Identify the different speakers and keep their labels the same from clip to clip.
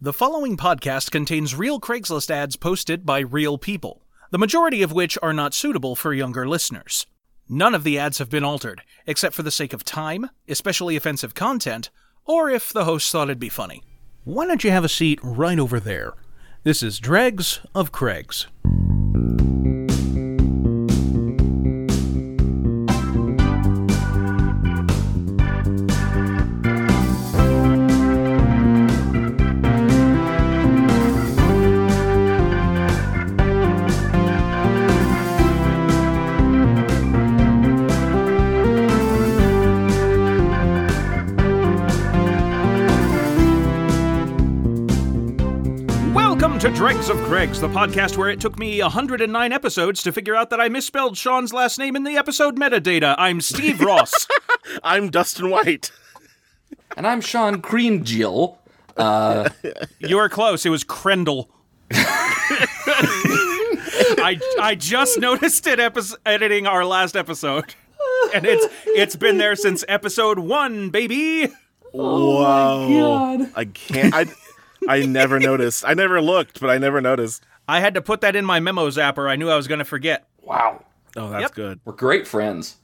Speaker 1: The following podcast contains real Craigslist ads posted by real people, the majority of which are not suitable for younger listeners. None of the ads have been altered, except for the sake of time, especially offensive content, or if the host thought it'd be funny. Why don't you have a seat right over there? This is Dregs of Craigs. Welcome to Dregs of Craigs, the podcast where it took me 109 episodes to figure out that I misspelled Sean's last name in the episode metadata. I'm Steve Ross.
Speaker 2: I'm Dustin White.
Speaker 3: And I'm Sean Creamgill.
Speaker 1: You were close. It was Krendel. I, I just noticed it epis editing our last episode, and it's it's been there since episode one, baby.
Speaker 2: Whoa.
Speaker 3: Oh God.
Speaker 2: I can't I I never noticed. I never looked, but I never noticed.
Speaker 1: I had to put that in my memo zapper. I knew I was going to forget.
Speaker 3: Wow.
Speaker 2: Oh, that's
Speaker 1: Yep.
Speaker 2: good.
Speaker 3: We're great friends.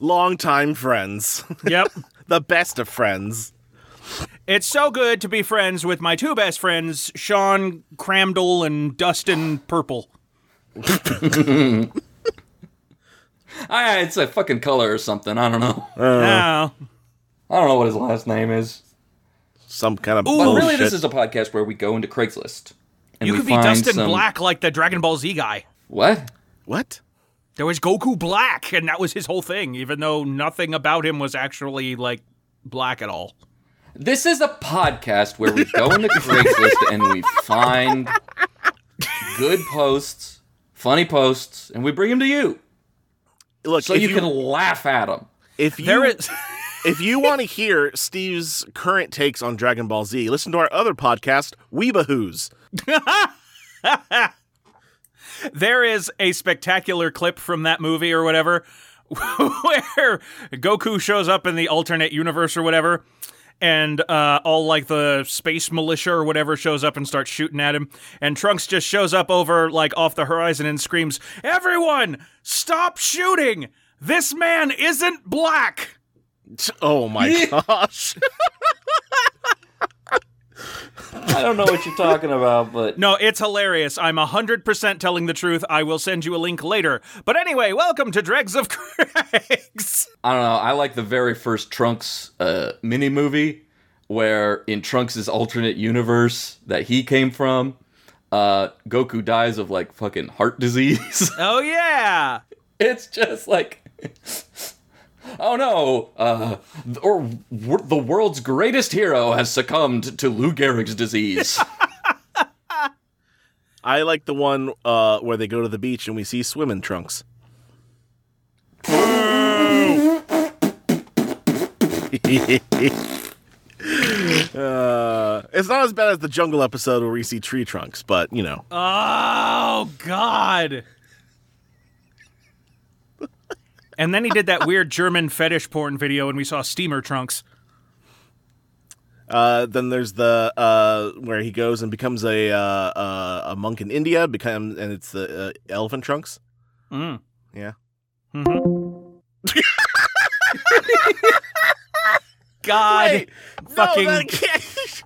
Speaker 2: Long time friends.
Speaker 1: Yep,
Speaker 2: the best of friends.
Speaker 1: it's so good to be friends with my two best friends, Sean Cramdel and Dustin Purple.
Speaker 3: Ah, it's a fucking color or something. I don't know.
Speaker 1: Now,
Speaker 3: I don't know what his last name is.
Speaker 2: Some kind of
Speaker 3: But
Speaker 2: bullshit.
Speaker 3: really, this is a podcast where we go into Craigslist. And
Speaker 1: Oh, you
Speaker 3: we
Speaker 1: could be
Speaker 3: find
Speaker 1: Dustin
Speaker 3: some-
Speaker 1: Black like the Dragon Ball Z guy.
Speaker 3: What?
Speaker 2: what?
Speaker 1: There was Goku Black, and that was his whole thing, even though nothing about him was actually like black at all.
Speaker 3: This is a podcast where we go into Craigslist and we find good posts, funny posts, and we bring them to you
Speaker 2: Look,
Speaker 3: so
Speaker 2: if
Speaker 3: you,
Speaker 2: you,
Speaker 3: can laugh at them.
Speaker 2: if you
Speaker 1: There is.
Speaker 2: if you want to hear Steve's current takes on Dragon Ball Z, listen to our other podcast, Weebahoos.
Speaker 1: There is a spectacular clip from that movie or whatever where Goku shows up in the alternate universe or whatever, and uh, all like the space militia or whatever shows up and starts shooting at him. And Trunks just shows up over like off the horizon and screams, Everyone, stop shooting! This man isn't black!
Speaker 2: Oh my gosh.
Speaker 3: I don't know what you're talking about, but
Speaker 1: No, it's hilarious. I'm 100% telling the truth. I will send you a link later. But anyway, welcome to Dregs of Craigs.
Speaker 3: I don't know. I like the very first Trunks uh, mini movie where in Trunks' alternate universe that he came from, uh, Goku dies of like fucking heart disease.
Speaker 1: Oh, yeah.
Speaker 3: it's just like, oh no, uh, th- or w- the world's greatest hero has succumbed to Lou Gehrig's disease.
Speaker 2: I like the one uh, where they go to the beach and we see swimming trunks. uh, it's not as bad as the jungle episode where we see tree trunks, but you know,
Speaker 1: Oh God. and then he did that weird German fetish porn video and we saw steamer trunks.
Speaker 2: uh, then there's the uh, where he goes and becomes a uh, uh, a monk in India, become and it's the uh, elephant trunks.
Speaker 1: Mm.
Speaker 2: Yeah,
Speaker 1: God fucking
Speaker 2: can't.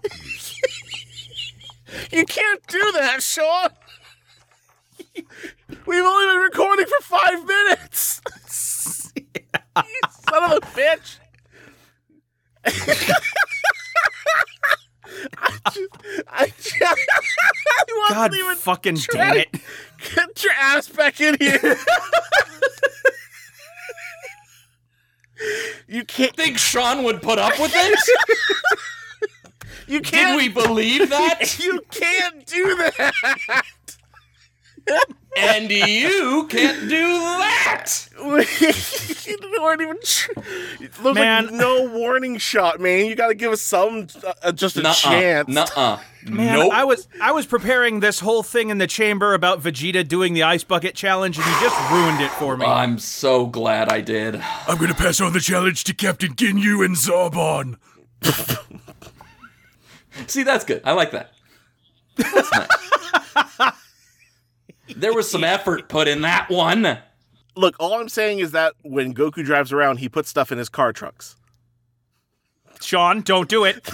Speaker 2: you can't do that, Sean. We've only been recording for five minutes. Son of a bitch. I just, I just, I
Speaker 1: God
Speaker 2: wasn't even
Speaker 1: fucking damn it.
Speaker 2: Get your ass back in here. you can't.
Speaker 3: Think Sean would put up with this?
Speaker 2: You
Speaker 3: Did
Speaker 2: can't.
Speaker 3: we believe that?
Speaker 2: You can't do that.
Speaker 3: And you can't do that.
Speaker 2: you weren't even. Tr- it looks like
Speaker 1: Man.
Speaker 2: no warning shot, man. You got to give us some, uh, just a
Speaker 3: Nuh-uh.
Speaker 2: chance.
Speaker 3: Nuh-uh.
Speaker 1: Man,
Speaker 3: nope.
Speaker 1: I was I was preparing this whole thing in the chamber about Vegeta doing the ice bucket challenge and you just ruined it for me.
Speaker 3: I'm so glad I did.
Speaker 1: I'm gonna pass on the challenge to Captain Ginyu and Zarbon.
Speaker 3: See, that's good. I like that. That's nice. there was some effort put in that one.
Speaker 2: Look, all I'm saying is that when Goku drives around, he puts stuff in his car trunks.
Speaker 1: Sean, don't do it.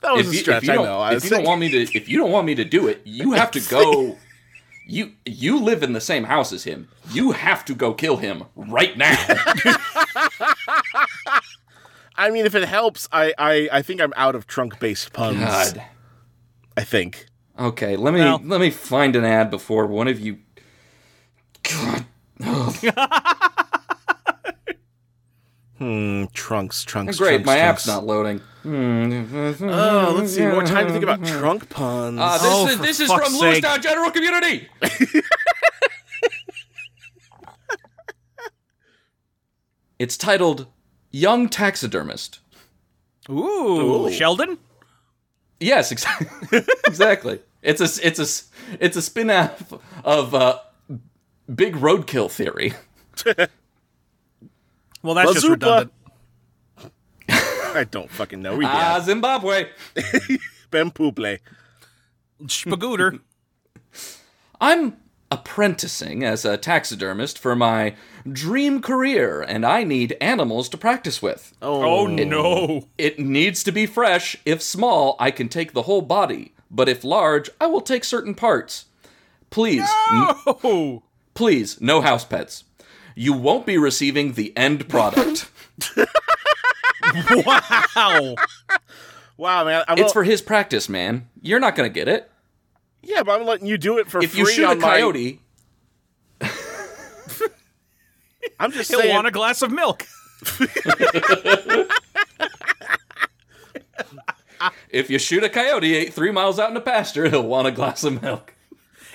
Speaker 2: That was
Speaker 3: If
Speaker 2: a
Speaker 3: you,
Speaker 2: stretch.
Speaker 3: if you
Speaker 2: I
Speaker 3: don't,
Speaker 2: know. I
Speaker 3: if
Speaker 2: was
Speaker 3: you don't
Speaker 2: thinking-
Speaker 3: want me to, if you don't want me to do it, you have to go. You you live in the same house as him. You have to go kill him right now.
Speaker 2: I mean, if it helps, I, I, I think I'm out of trunk based puns.
Speaker 3: God.
Speaker 2: I think.
Speaker 3: Okay, let me
Speaker 1: Well-
Speaker 3: let me find an ad before one of you. God. Ugh.
Speaker 2: Hmm, trunks, trunks.
Speaker 3: Mm, Great,
Speaker 2: trunks,
Speaker 3: my
Speaker 2: trunks.
Speaker 3: app's not loading.
Speaker 2: Oh, let's see. More time to think about
Speaker 1: Mm-hmm.
Speaker 2: trunk puns.
Speaker 3: Uh, this
Speaker 1: Oh,
Speaker 3: is,
Speaker 1: for
Speaker 3: this is
Speaker 1: fuck's
Speaker 3: from
Speaker 1: sake.
Speaker 3: Lewistown General Community. it's titled "Young Taxidermist."
Speaker 1: Ooh,
Speaker 2: Ooh.
Speaker 1: Sheldon?
Speaker 3: Yes, exactly. exactly. It's a it's a s- it's a spin-off of uh, Big Roadkill Theory.
Speaker 1: Well, that's just
Speaker 2: Bazooka.
Speaker 1: redundant.
Speaker 2: I don't fucking know. We
Speaker 3: Ah,
Speaker 2: uh,
Speaker 3: Zimbabwe.
Speaker 2: Ben Pouble.
Speaker 1: Spagooter.
Speaker 3: I'm apprenticing as a taxidermist for my dream career, and I need animals to practice with.
Speaker 1: Oh, no.
Speaker 3: It needs to be fresh. If small, I can take the whole body, but if large, I will take certain parts. Please,
Speaker 1: Oh.
Speaker 3: please, no house pets. You won't be receiving the end product.
Speaker 1: Wow.
Speaker 2: Wow, man. I'm
Speaker 3: it's
Speaker 2: not-
Speaker 3: for his practice, man. You're not gonna get it.
Speaker 2: yeah, but I'm letting you do it for
Speaker 3: If
Speaker 2: free.
Speaker 3: you shoot a
Speaker 2: on my-
Speaker 3: coyote,
Speaker 2: I'm just
Speaker 1: He'll
Speaker 2: saying.
Speaker 1: want a glass of milk.
Speaker 3: if you shoot a coyote eight, three miles out in the pasture, he'll want a glass of milk.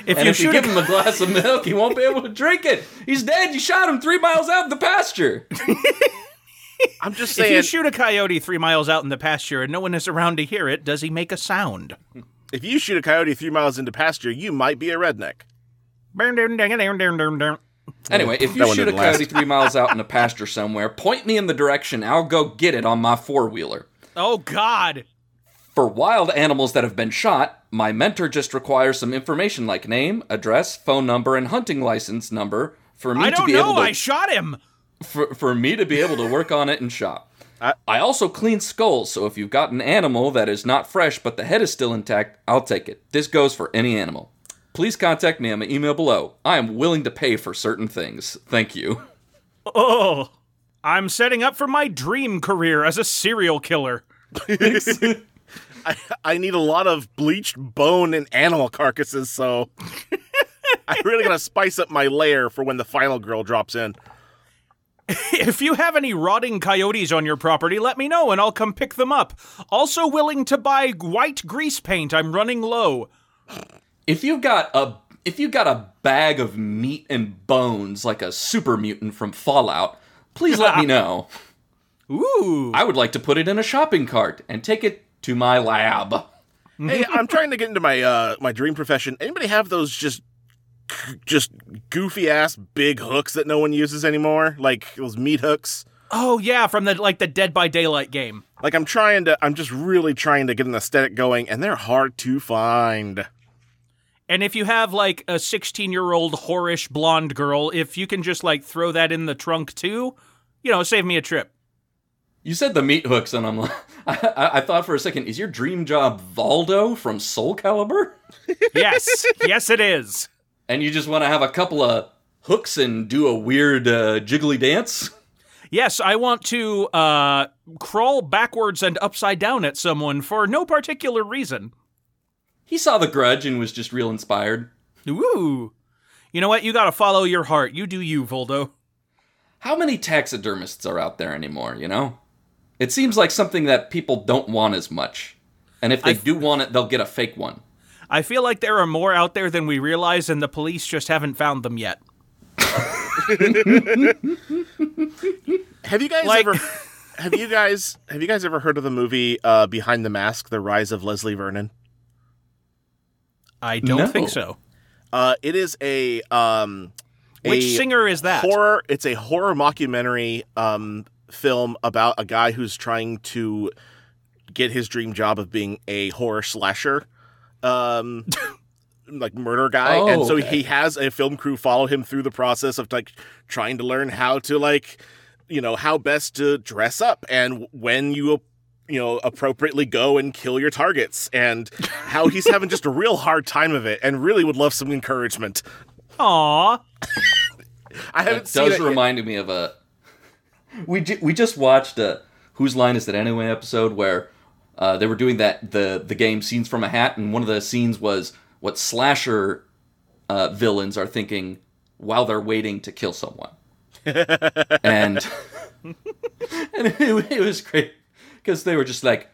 Speaker 1: If
Speaker 3: And
Speaker 1: you
Speaker 3: if you
Speaker 1: shoot
Speaker 3: give
Speaker 1: him,
Speaker 3: him a glass of milk, he won't be able to drink it. He's dead. You shot him three miles out of the pasture.
Speaker 2: I'm just
Speaker 1: if
Speaker 2: saying.
Speaker 1: you shoot a coyote three miles out in the pasture and no one is around to hear it, does he make a sound?
Speaker 2: if you shoot a coyote three miles into pasture, you might be a redneck.
Speaker 3: Anyway, if
Speaker 2: That
Speaker 3: you
Speaker 2: one
Speaker 3: shoot a
Speaker 2: didn't last.
Speaker 3: coyote three miles out in a pasture somewhere, point me in the direction. I'll go get it on my four wheeler.
Speaker 1: Oh God.
Speaker 3: For wild animals that have been shot, my mentor just requires some information like name, address, phone number, and hunting license number for me
Speaker 1: I
Speaker 3: to
Speaker 1: don't
Speaker 3: be
Speaker 1: know.
Speaker 3: able to
Speaker 1: I shot him.
Speaker 3: for, for me to be able to work on it and shop.
Speaker 2: I-
Speaker 3: I, also clean skulls, so if you've got an animal that is not fresh but the head is still intact, I'll take it. This goes for any animal. Please contact me on my email below. I am willing to pay for certain things. Thank you.
Speaker 1: Oh. I'm setting up for my dream career as a serial killer.
Speaker 2: I, I need a lot of bleached bone and animal carcasses, so I really gotta spice up my layer for when the final girl drops in.
Speaker 1: If you have any rotting coyotes on your property, let me know and I'll come pick them up. Also willing to buy white grease paint. I'm running low.
Speaker 3: If you've got a if you've got a bag of meat and bones like a super mutant from Fallout, please let me know.
Speaker 1: Ooh.
Speaker 3: I would like to put it in a shopping cart and take it to my lab.
Speaker 2: hey, I'm trying to get into my uh my dream profession. Anybody have those just just goofy ass big hooks that no one uses anymore, like those meat hooks?
Speaker 1: Oh yeah, from the like the Dead by Daylight game.
Speaker 2: Like I'm trying to, I'm just really trying to get an aesthetic going, and they're hard to find.
Speaker 1: And if you have like a 16 year old whorish blonde girl, if you can just like throw that in the trunk too, you know, save me a trip.
Speaker 3: You said the meat hooks, and I'm like, I, I, I thought for a second, is your dream job Valdo from Soul Calibur?
Speaker 1: Yes, yes, it is.
Speaker 3: And you just want to have a couple of hooks and do a weird uh, jiggly dance?
Speaker 1: Yes, I want to uh, crawl backwards and upside down at someone for no particular reason.
Speaker 3: He saw the grudge and was just real inspired.
Speaker 1: Ooh. You know what? You gotta follow your heart. You do you, Voldo.
Speaker 3: How many taxidermists are out there anymore, you know? It seems like something that people don't want as much. And if they do want it, they'll get a fake one.
Speaker 1: I feel like there are more out there than we realize, and the police just haven't found them yet.
Speaker 2: Have you guys
Speaker 1: Like-
Speaker 2: ever? Have you guys have you guys ever heard of the movie uh, Behind the Mask: The Rise of Leslie Vernon?
Speaker 1: I don't
Speaker 3: No.
Speaker 1: think so.
Speaker 2: Uh, it is a um,
Speaker 1: Which
Speaker 2: a
Speaker 1: singer is that?
Speaker 2: horror. It's a horror mockumentary um, film about a guy who's trying to get his dream job of being a horror slasher, um, like murder guy,
Speaker 3: Oh,
Speaker 2: and so
Speaker 3: okay.
Speaker 2: he has a film crew follow him through the process of like trying to learn how to like, you know, how best to dress up and when you. You know, appropriately go and kill your targets, and how he's having just a real hard time of it, and really would love some encouragement.
Speaker 1: Aw.
Speaker 2: I haven't
Speaker 3: It
Speaker 2: seen
Speaker 3: does
Speaker 2: it.
Speaker 3: remind me of a. We ju- we just watched a whose line is that anyway episode where uh, they were doing that the the game scenes from a hat and one of the scenes was what slasher uh, villains are thinking while they're waiting to kill someone and and it, it was great because they were just like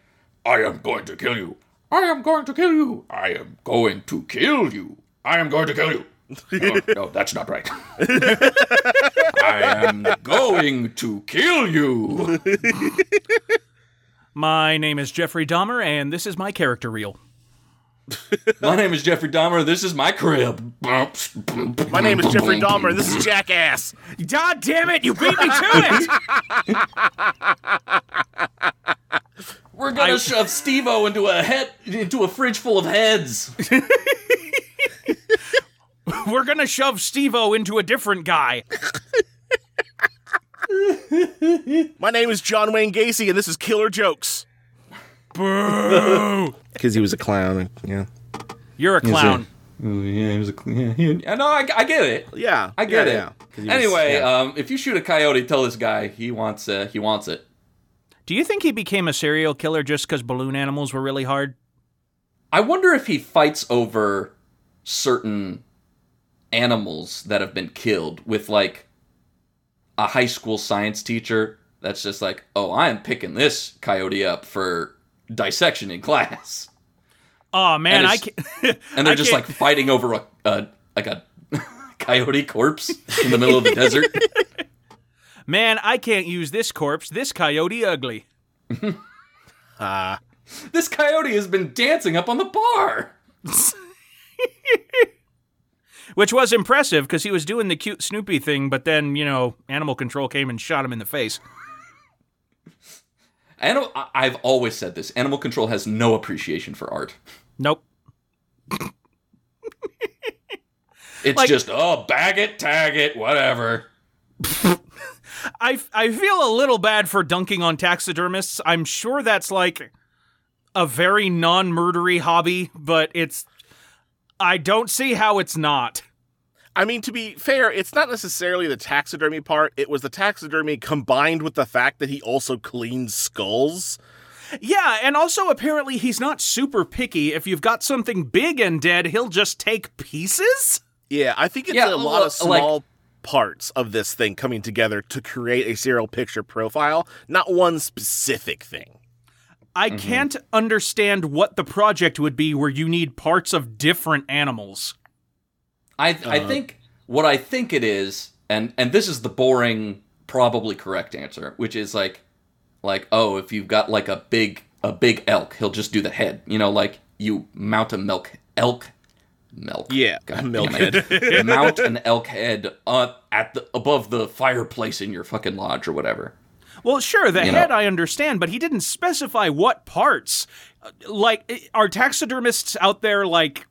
Speaker 3: I am going to kill you I am going to kill you I am going to kill you I am going to kill you no, Oh, no that's not right. I am going to kill you.
Speaker 1: My name is Jeffrey Dahmer, and this is my character reel.
Speaker 3: My name is Jeffrey Dahmer. This is my crib.
Speaker 2: My name is Jeffrey Dahmer, and this is Jackass.
Speaker 1: God damn it! You beat me to
Speaker 3: We're gonna
Speaker 1: I-
Speaker 3: shove Steve-O into a head into a fridge full of heads.
Speaker 1: it! We're gonna shove Steve-O into a different guy.
Speaker 2: My name is John Wayne Gacy, and this is Killer Jokes.
Speaker 1: Boo!
Speaker 2: Because he was a clown, yeah.
Speaker 1: You're a clown.
Speaker 3: yeah, he was a yeah, he, I know. I, I get it.
Speaker 2: Yeah.
Speaker 3: I get
Speaker 2: yeah,
Speaker 3: it.
Speaker 2: yeah.
Speaker 3: Anyway,
Speaker 2: yeah.
Speaker 3: um, if you shoot a coyote, tell this guy he wants uh, he wants it.
Speaker 1: Do you think he became a serial killer just because balloon animals were really hard?
Speaker 3: I wonder if he fights over certain animals that have been killed with like a high school science teacher that's just like, "Oh, I am picking this coyote up for dissection in class."
Speaker 1: Oh man,
Speaker 3: And
Speaker 1: I
Speaker 3: it's-
Speaker 1: can't.
Speaker 3: And they're
Speaker 1: I
Speaker 3: just
Speaker 1: can't-
Speaker 3: like fighting over a, a like a coyote corpse in the middle of the desert.
Speaker 1: man, I can't use this corpse. This coyote ugly.
Speaker 2: Ah.
Speaker 3: This coyote has been dancing up on the bar.
Speaker 1: Which was impressive because he was doing the cute Snoopy thing, but then, you know, animal control came and shot him in the face.
Speaker 3: Animal, I- I've always said this. Animal control has no appreciation for art.
Speaker 1: Nope.
Speaker 3: It's
Speaker 1: Like-
Speaker 3: just oh, bag it, tag it, whatever.
Speaker 1: I, I feel a little bad for dunking on taxidermists. I'm sure that's like a very non murdery hobby, but it's. I don't see how it's not.
Speaker 2: I mean, to be fair, it's not necessarily the taxidermy part. It was the taxidermy combined with the fact that he also cleans skulls.
Speaker 1: Yeah, and also apparently he's not super picky. If you've got something big and dead, he'll just take pieces?
Speaker 2: Yeah, I think it's
Speaker 3: Yeah,
Speaker 2: a lot
Speaker 3: well,
Speaker 2: of small parts of this thing coming together to create a serial picture profile, not one specific thing.
Speaker 1: I can't understand what the project would be where you need parts of different animals.
Speaker 3: I
Speaker 2: Uh-huh.
Speaker 3: I think what I think it is, and and this is the boring, probably correct answer, which is like, like oh, if you've got like a big a big elk, he'll just do the head. You know, like you mount a milk elk milk.
Speaker 2: Yeah,
Speaker 3: God
Speaker 2: a
Speaker 3: damn
Speaker 2: milk
Speaker 3: it. mount an elk head up at the above the fireplace in your fucking lodge or whatever.
Speaker 1: Well, sure, the
Speaker 3: You
Speaker 1: head
Speaker 3: know.
Speaker 1: I understand, but he didn't specify what parts. Uh, Like, i- are taxidermists out there, like,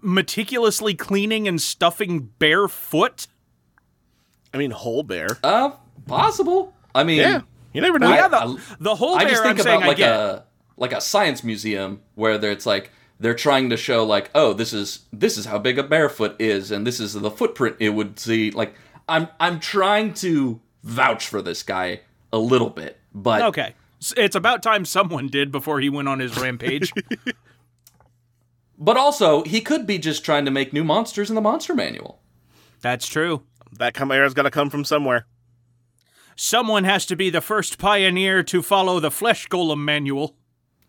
Speaker 1: meticulously cleaning and stuffing barefoot?
Speaker 2: I mean, whole bear.
Speaker 3: Uh, possible. I mean,
Speaker 2: Yeah, you never know.
Speaker 3: I-
Speaker 1: Yeah, the,
Speaker 3: I-
Speaker 1: the whole
Speaker 3: I
Speaker 1: bear,
Speaker 3: just think
Speaker 1: I'm saying,
Speaker 3: about
Speaker 1: I
Speaker 3: like uh,
Speaker 1: get.
Speaker 3: a like a science museum where there- it's like they're trying to show like, oh, this is this is how big a barefoot is, and this is the footprint it would see. Like, I'm I'm trying to vouch for this guy a little bit, but
Speaker 1: Okay. S- It's about time someone did before he went on his rampage.
Speaker 3: but also he could be just trying to make new monsters in the monster manual.
Speaker 1: That's true.
Speaker 2: that chimera's got to come from somewhere.
Speaker 1: Someone has to be the first pioneer to follow the flesh golem manual.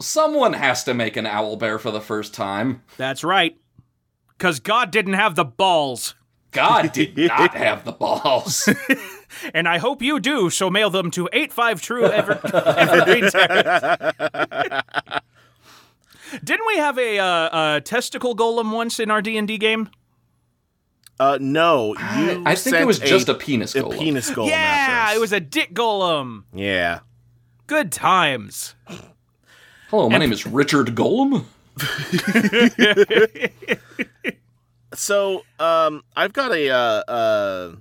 Speaker 3: Someone has to make an owl bear for the first time.
Speaker 1: That's right. Because God didn't have the balls.
Speaker 3: God did not have the balls.
Speaker 1: And I hope you do, so mail them to 85 True Ever- Evergreen Terrace. Didn't we have a, uh, a testicle golem once in our D&D game?
Speaker 2: Uh, no, you.
Speaker 3: I think it
Speaker 2: sent
Speaker 3: was
Speaker 2: a-
Speaker 3: just a penis
Speaker 2: a
Speaker 3: golem.
Speaker 2: penis golem.
Speaker 1: yeah,
Speaker 2: after us.
Speaker 1: it was a dick golem.
Speaker 2: Yeah.
Speaker 1: Good times.
Speaker 3: Hello, my name is Richard Golem.
Speaker 2: So um, I've got a uh, uh,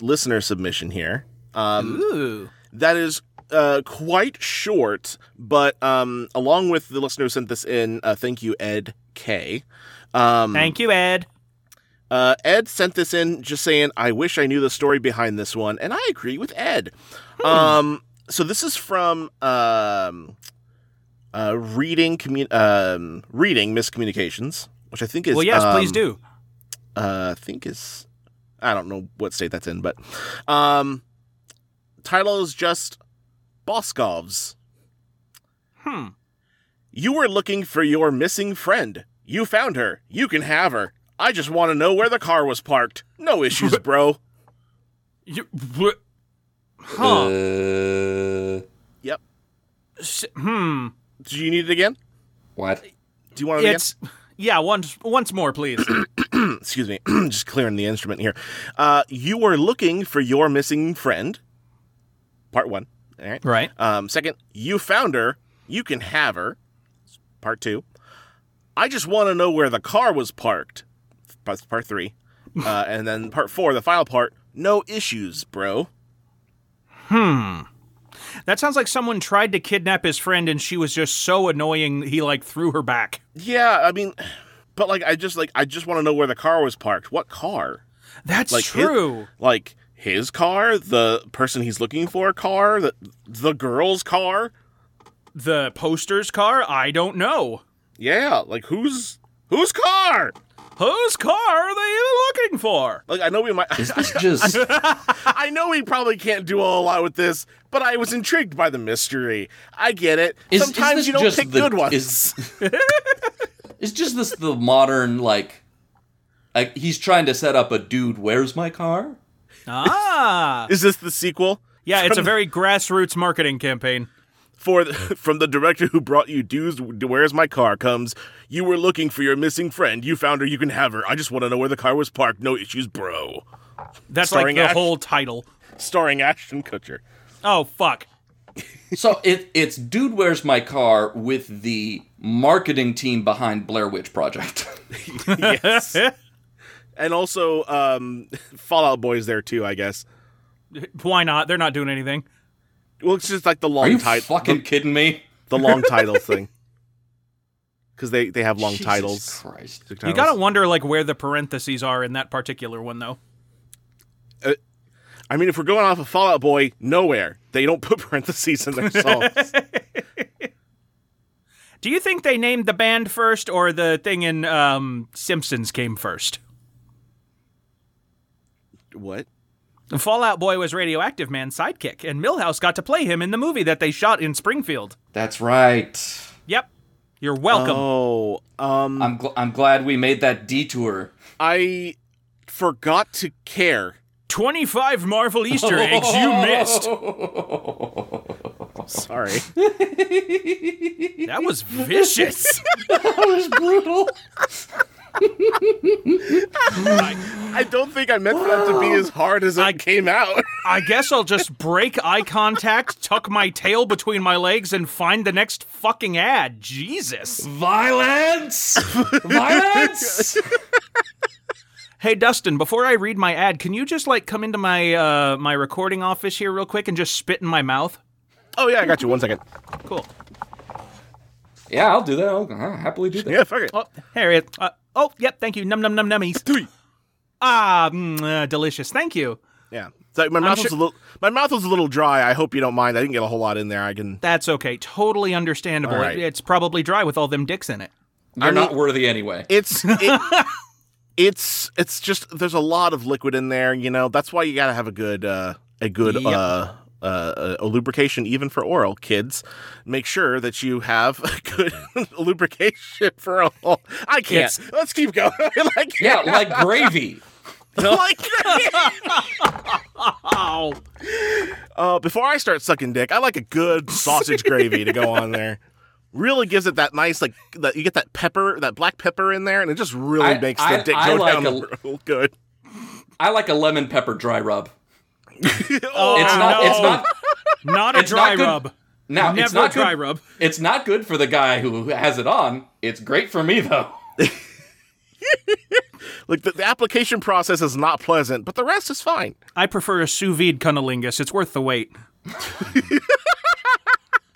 Speaker 2: listener submission here. Um,
Speaker 1: Ooh.
Speaker 3: Mm-hmm.
Speaker 2: that is uh, quite short, but um, along with the listener who sent this in, uh, thank you, Ed K. Um,
Speaker 1: Thank you, Ed.
Speaker 2: Uh, Ed sent this in just saying, I wish I knew the story behind this one, and I agree with Ed.
Speaker 1: Hmm.
Speaker 2: Um, so this is from um, uh, reading commu- um, reading miscommunications, which I think is
Speaker 1: Well, yes,
Speaker 2: um,
Speaker 1: please do.
Speaker 2: uh, I think is I don't know what state that's in, but um, title is just Boscovs.
Speaker 1: Hmm.
Speaker 2: You were looking for your missing friend. You found her. You can have her. I just want to know where the car was parked. No issues, bro.
Speaker 1: You, wh- huh.
Speaker 3: Uh,
Speaker 2: Yep.
Speaker 1: S- hmm.
Speaker 2: Do you need it again?
Speaker 3: what?
Speaker 2: Do you want it
Speaker 1: It's yeah. Once once more, please.
Speaker 2: again? Excuse me. just clearing the instrument here. Uh, you were looking for your missing friend. Part one. All right.
Speaker 1: right.
Speaker 2: Um, second, you found her. You can have her. Part two. I just want to know where the car was parked. That's part three. Uh, and then part four, the final part. No issues, bro.
Speaker 1: That sounds like someone tried to kidnap his friend, and she was just so annoying. He like threw her back.
Speaker 2: Yeah, I mean, but like, I just like, I just want to know where the car was parked. What car?
Speaker 1: That's
Speaker 2: Like his-
Speaker 1: true.
Speaker 2: like his car, the person he's looking for car, the the girl's car.
Speaker 1: the poster's car. I don't know
Speaker 2: Yeah, like whose whose car?
Speaker 1: whose car are they looking for.
Speaker 2: Like I know we might.
Speaker 3: Is this just
Speaker 2: I know we probably can't do a whole lot with this, but I was intrigued by the mystery. I get it.
Speaker 3: is, is
Speaker 2: Sometimes
Speaker 3: this
Speaker 2: you don't
Speaker 3: just
Speaker 2: pick
Speaker 3: the,
Speaker 2: good ones.
Speaker 3: Is, is just this the modern like? Like he's trying to set up a dude. Where's my car?
Speaker 1: Ah,
Speaker 2: Is this the sequel?
Speaker 1: yeah, it's a very grassroots marketing campaign.
Speaker 2: For the, from the director who brought you Dudes, Where's My Car comes, you were looking for your missing friend. You found her. You can have her. I just want to know where the car was parked. No issues, bro.
Speaker 1: That's
Speaker 2: Starring
Speaker 1: like the
Speaker 2: Ash-
Speaker 1: whole title.
Speaker 2: Starring Ashton Kutcher.
Speaker 1: Oh fuck.
Speaker 3: So it it's dude. Where's my car? With the marketing team behind Blair Witch Project.
Speaker 2: Yes. and also um, Fallout Boys there too, I guess.
Speaker 1: Why not? They're not doing anything.
Speaker 2: Well, it's just like the
Speaker 3: Are
Speaker 2: long
Speaker 3: you
Speaker 2: title,
Speaker 3: fucking kidding me?
Speaker 2: the long title thing, because they they have long
Speaker 3: Jesus
Speaker 2: titles.
Speaker 3: Christ.
Speaker 1: You gotta wonder like where the parentheses are in that particular one though.
Speaker 2: I mean, if we're going off of Fallout Boy, nowhere they don't put parentheses in their songs.
Speaker 1: Do you think they named the band first, or the thing in um, Simpsons came first?
Speaker 2: what?
Speaker 1: Fallout Boy was Radioactive Man's sidekick, and Milhouse got to play him in the movie that they shot in Springfield.
Speaker 3: That's right.
Speaker 1: Yep. You're welcome.
Speaker 2: Oh, um,
Speaker 3: I'm gl- I'm glad we made that detour.
Speaker 2: I forgot to care.
Speaker 1: 25 Marvel Easter eggs you missed.
Speaker 2: Sorry.
Speaker 1: That was vicious.
Speaker 3: That was brutal.
Speaker 2: I don't think I meant for that to be as hard as it
Speaker 1: I-
Speaker 2: came out.
Speaker 1: I guess I'll just break eye contact, tuck my tail between my legs, and find the next fucking ad. Jesus.
Speaker 3: Violence! Violence!
Speaker 1: Hey, Dustin, before I read my ad, can you just like come into my uh, my recording office here real quick and just spit in my mouth?
Speaker 2: oh yeah, I got you. One second.
Speaker 1: Cool.
Speaker 3: yeah, I'll do that. I'll, I'll happily do that.
Speaker 2: Yeah, fuck it.
Speaker 1: Oh, Harriet. Uh, oh, yep. Thank you. Num num num nummies. Ah, mm, uh, delicious. Thank you.
Speaker 2: Yeah. So my mouth
Speaker 1: sure-
Speaker 2: was a little my mouth was a little dry. I hope you don't mind. I didn't get a whole lot in there. I can
Speaker 1: That's okay. Totally understandable.
Speaker 2: All right.
Speaker 1: It- it's probably dry with all them dicks in it.
Speaker 3: You're
Speaker 2: I mean-
Speaker 3: not worthy anyway.
Speaker 2: it's it, it's it's just there's a lot of liquid in there, you know. That's why you got to have a good uh a good
Speaker 1: Yep.
Speaker 2: uh uh, a lubrication even for oral kids make sure that you have a good lubrication for all i can't
Speaker 1: It's-
Speaker 2: let's keep going like
Speaker 3: yeah, like gravy.
Speaker 2: like
Speaker 1: Oh.
Speaker 2: uh, before i start sucking dick i like a good sausage gravy to go on there really gives it that nice like that you get that pepper that black pepper in there and it just really
Speaker 3: I-
Speaker 2: makes
Speaker 3: I-
Speaker 2: the dick
Speaker 3: I
Speaker 2: go
Speaker 3: like
Speaker 2: down
Speaker 3: a-
Speaker 2: the- real good
Speaker 3: I like a lemon pepper dry rub.
Speaker 2: oh,
Speaker 3: It's not.
Speaker 1: no.
Speaker 3: It's not.
Speaker 1: Not a
Speaker 3: It's
Speaker 1: dry
Speaker 3: not good-
Speaker 1: rub.
Speaker 3: Now
Speaker 1: Never
Speaker 3: it's not
Speaker 1: a dry
Speaker 3: good.
Speaker 1: rub.
Speaker 3: It's not good for the guy who has it on. It's great for me though.
Speaker 2: like the, the application process is not pleasant, but the rest is fine.
Speaker 1: I prefer a sous vide cunnilingus. It's worth the wait.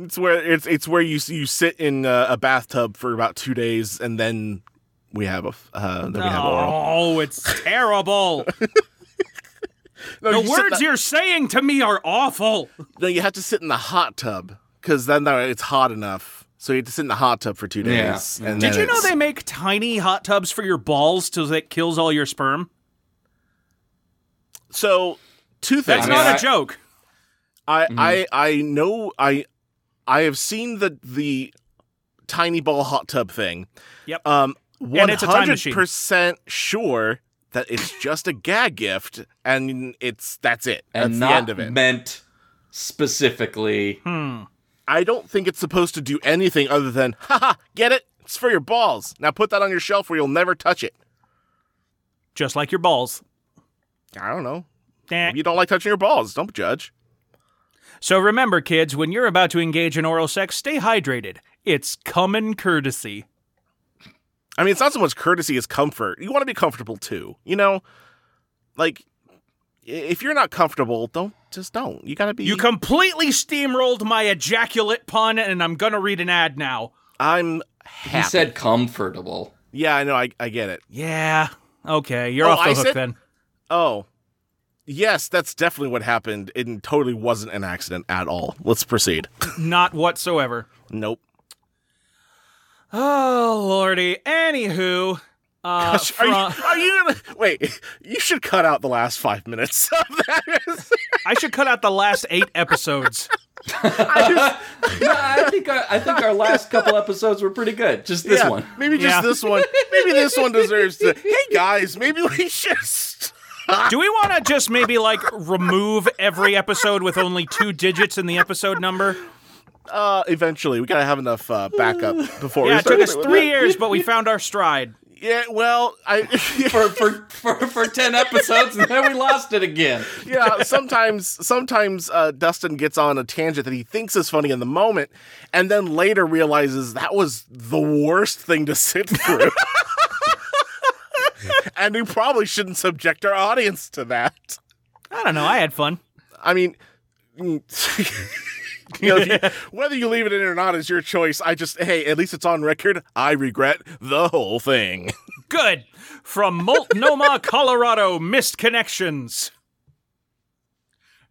Speaker 2: It's where it's it's where you you sit in a, a bathtub for about two days, and then we have a f- uh, then we have oral.
Speaker 1: Oh, it's terrible. the
Speaker 2: No, you sit in
Speaker 1: words
Speaker 2: the-
Speaker 1: you're saying to me are awful.
Speaker 2: no, you have to sit in the hot tub because then there- it's hot enough. So you have to sit in the hot tub for two
Speaker 3: Yeah.
Speaker 2: days. and
Speaker 1: Did
Speaker 2: then
Speaker 1: you know
Speaker 2: it's-
Speaker 1: they make tiny hot tubs for your balls so that it kills all your sperm?
Speaker 2: So two
Speaker 1: That's
Speaker 2: things.
Speaker 3: I mean,
Speaker 1: not a
Speaker 3: I-
Speaker 1: joke.
Speaker 2: I
Speaker 1: Mm-hmm.
Speaker 2: I I know I I have seen the the tiny ball hot tub thing.
Speaker 1: Yep.
Speaker 2: Um one
Speaker 1: And it's a time
Speaker 2: hundred
Speaker 1: machine.
Speaker 2: percent sure that it's just a gag gift and it's that's it.
Speaker 3: And
Speaker 2: that's
Speaker 3: not
Speaker 2: the end of it.
Speaker 3: meant specifically.
Speaker 1: Hmm.
Speaker 2: I don't think it's supposed to do anything other than haha, get it? It's for your balls. Now put that on your shelf where you'll never touch it.
Speaker 1: Just like your balls.
Speaker 2: I don't know.
Speaker 1: Eh.
Speaker 2: If you don't like touching your balls, don't judge.
Speaker 1: So remember, kids, when you're about to engage in oral sex, stay hydrated. It's common courtesy.
Speaker 2: I mean, it's not so much courtesy as comfort. You want to be comfortable too, you know. Like, i- if you're not comfortable, don't just don't. You gotta be.
Speaker 1: You completely steamrolled my ejaculate pun, and I'm gonna read an ad now.
Speaker 2: I'm
Speaker 3: He
Speaker 2: happy.
Speaker 3: said comfortable.
Speaker 2: "Yeah, I know. I, I get it.
Speaker 1: Yeah. Okay, you're
Speaker 2: Oh,
Speaker 1: off the
Speaker 2: I
Speaker 1: hook
Speaker 2: said-
Speaker 1: then.
Speaker 2: Oh, yes, that's definitely what happened. It totally wasn't an accident at all. Let's proceed.
Speaker 1: Not whatsoever.
Speaker 2: nope.
Speaker 1: Oh lordy. Anywho, uh,
Speaker 2: are, you,
Speaker 1: fro-
Speaker 2: are you gonna wait? You should cut out the last five minutes of that.
Speaker 1: I should cut out the last eight episodes.
Speaker 3: No, I think our, I think our last couple episodes were pretty good. Just this
Speaker 2: Yeah,
Speaker 3: one.
Speaker 2: Maybe just
Speaker 1: Yeah.
Speaker 2: this one. Maybe this one deserves to. Hey guys, maybe we should. stop.
Speaker 1: Do we want to just maybe like remove every episode with only two digits in the episode number?
Speaker 2: Uh, eventually, we gotta have enough uh, backup before.
Speaker 1: Yeah,
Speaker 2: we
Speaker 1: it took
Speaker 2: start
Speaker 1: us
Speaker 2: doing
Speaker 1: three
Speaker 2: that.
Speaker 1: years, but we found our stride.
Speaker 2: Yeah, well, I
Speaker 3: For, for, for, for 10 episodes, and then we lost it again.
Speaker 2: yeah. Sometimes, sometimes uh, Dustin gets on a tangent that he thinks is funny in the moment, and then later realizes that was the worst thing to sit through. and we probably shouldn't subject our audience to that.
Speaker 1: I don't know. I had fun.
Speaker 2: I mean, mm, you know, if you- whether you leave it in or not is your choice. I just, hey, at least it's on record. I regret the whole thing.
Speaker 1: Good. From Multnomah, Colorado, Missed Connections.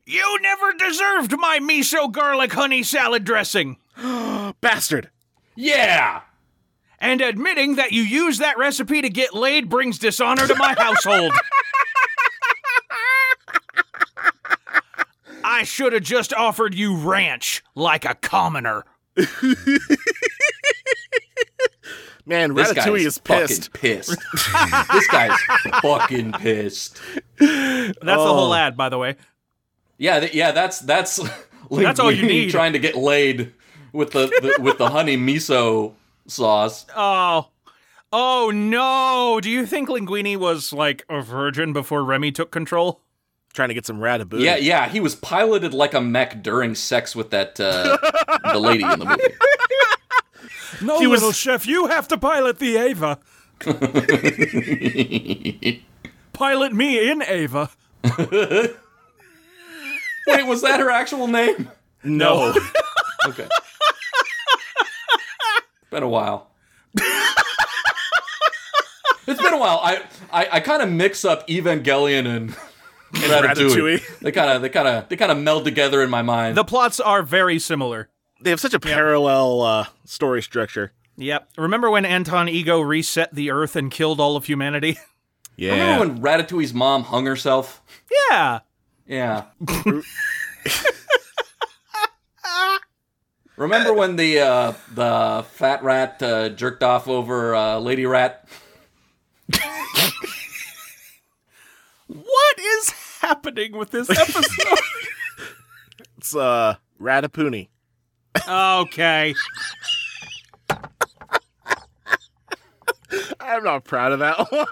Speaker 1: You never deserved my miso garlic honey salad dressing.
Speaker 2: Bastard.
Speaker 3: Yeah.
Speaker 1: And admitting that you used that recipe to get laid brings dishonor to my household. I should have just offered you ranch like a commoner.
Speaker 2: Man,
Speaker 3: This guy
Speaker 2: Ratatouille
Speaker 3: is,
Speaker 2: is
Speaker 3: fucking
Speaker 2: pissed.
Speaker 3: pissed. this guy's fucking pissed.
Speaker 1: That's the whole ad, by the way.
Speaker 3: Yeah, th- yeah, that's that's
Speaker 1: That's all you
Speaker 3: Linguini
Speaker 1: need.
Speaker 3: Trying to get laid with the, the with the honey miso sauce.
Speaker 1: Oh. Oh no. Do you think Linguini was like a virgin before Remy took control?
Speaker 2: Trying to get some rataboo.
Speaker 3: Yeah, yeah, he was piloted like a mech during sex with that uh, the lady in the movie.
Speaker 1: No,
Speaker 2: was-
Speaker 1: little chef, you have to pilot the Ava. pilot me in Ava.
Speaker 3: Wait, was that her actual name?
Speaker 2: No.
Speaker 3: Okay. been a while. it's been a while. I I, I kind of mix up Evangelion and Ratatouille.
Speaker 2: Ratatouille.
Speaker 3: They kind of they kind of they kind of meld together in my mind.
Speaker 1: The plots are very similar.
Speaker 2: they have such a parallel uh, story structure.
Speaker 1: Yep. Remember when Anton Ego reset the Earth and killed all of humanity?
Speaker 2: Yeah.
Speaker 3: Remember when Ratatouille's mom hung herself?
Speaker 1: yeah.
Speaker 3: Yeah. Remember when the uh, the fat rat uh, jerked off over uh, Lady Rat?
Speaker 1: What is happening with this episode?
Speaker 2: it's uh, Ratapoonie.
Speaker 1: okay.
Speaker 2: I'm not proud of that one.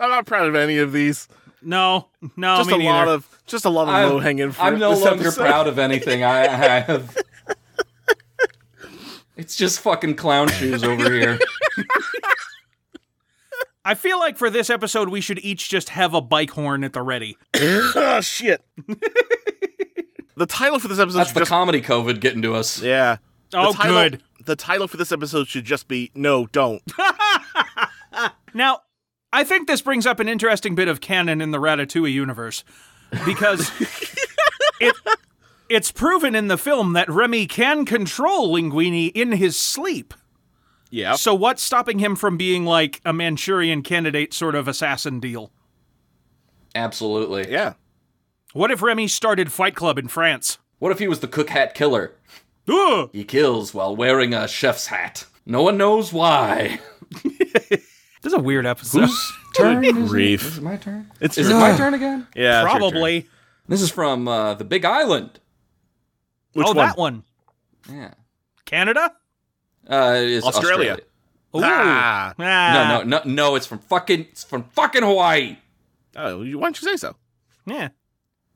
Speaker 2: I'm not proud of any of these.
Speaker 1: No, no,
Speaker 2: just
Speaker 1: me
Speaker 2: a lot
Speaker 1: neither.
Speaker 2: of just a lot of low hanging fruit.
Speaker 3: I'm no
Speaker 2: this
Speaker 3: longer
Speaker 2: episode.
Speaker 3: proud of anything I have. It's just fucking clown shoes over here.
Speaker 1: I feel like for this episode, we should each just have a bike horn at the ready.
Speaker 2: oh shit. the title for this episode
Speaker 3: That's
Speaker 2: should
Speaker 3: the
Speaker 2: just
Speaker 3: comedy COVID getting to us.
Speaker 2: yeah. The
Speaker 1: Oh,
Speaker 2: title-
Speaker 1: good.
Speaker 2: The title for this episode should just be "No, don't."
Speaker 1: Now, I think this brings up an interesting bit of canon in the Ratatouille universe because it, it's proven in the film that Remy can control Linguini in his sleep.
Speaker 2: yeah.
Speaker 1: So, what's stopping him from being like a Manchurian candidate sort of assassin deal?
Speaker 3: Absolutely.
Speaker 2: Yeah.
Speaker 1: What if Remy started Fight Club in France?
Speaker 3: What if he was the cook hat killer?
Speaker 1: Ugh!
Speaker 3: He kills while wearing a chef's hat. No one knows why.
Speaker 1: This is a weird episode.
Speaker 3: Whose turn is it?
Speaker 2: grief.
Speaker 3: Is it my turn?
Speaker 2: It's
Speaker 3: Is it my turn again?
Speaker 2: Yeah. it's your turn.
Speaker 1: Probably.
Speaker 3: This is from uh, the Big Island.
Speaker 2: Which
Speaker 1: oh,
Speaker 2: one?
Speaker 1: that one.
Speaker 3: Yeah.
Speaker 1: Canada?
Speaker 3: Uh, it is
Speaker 2: Australia.
Speaker 3: Australia.
Speaker 1: Ooh.
Speaker 2: Ah.
Speaker 1: Ah.
Speaker 3: No, no, no, no. It's from fucking. It's from fucking Hawaii.
Speaker 2: Oh, you- why don't you say so?
Speaker 1: Yeah.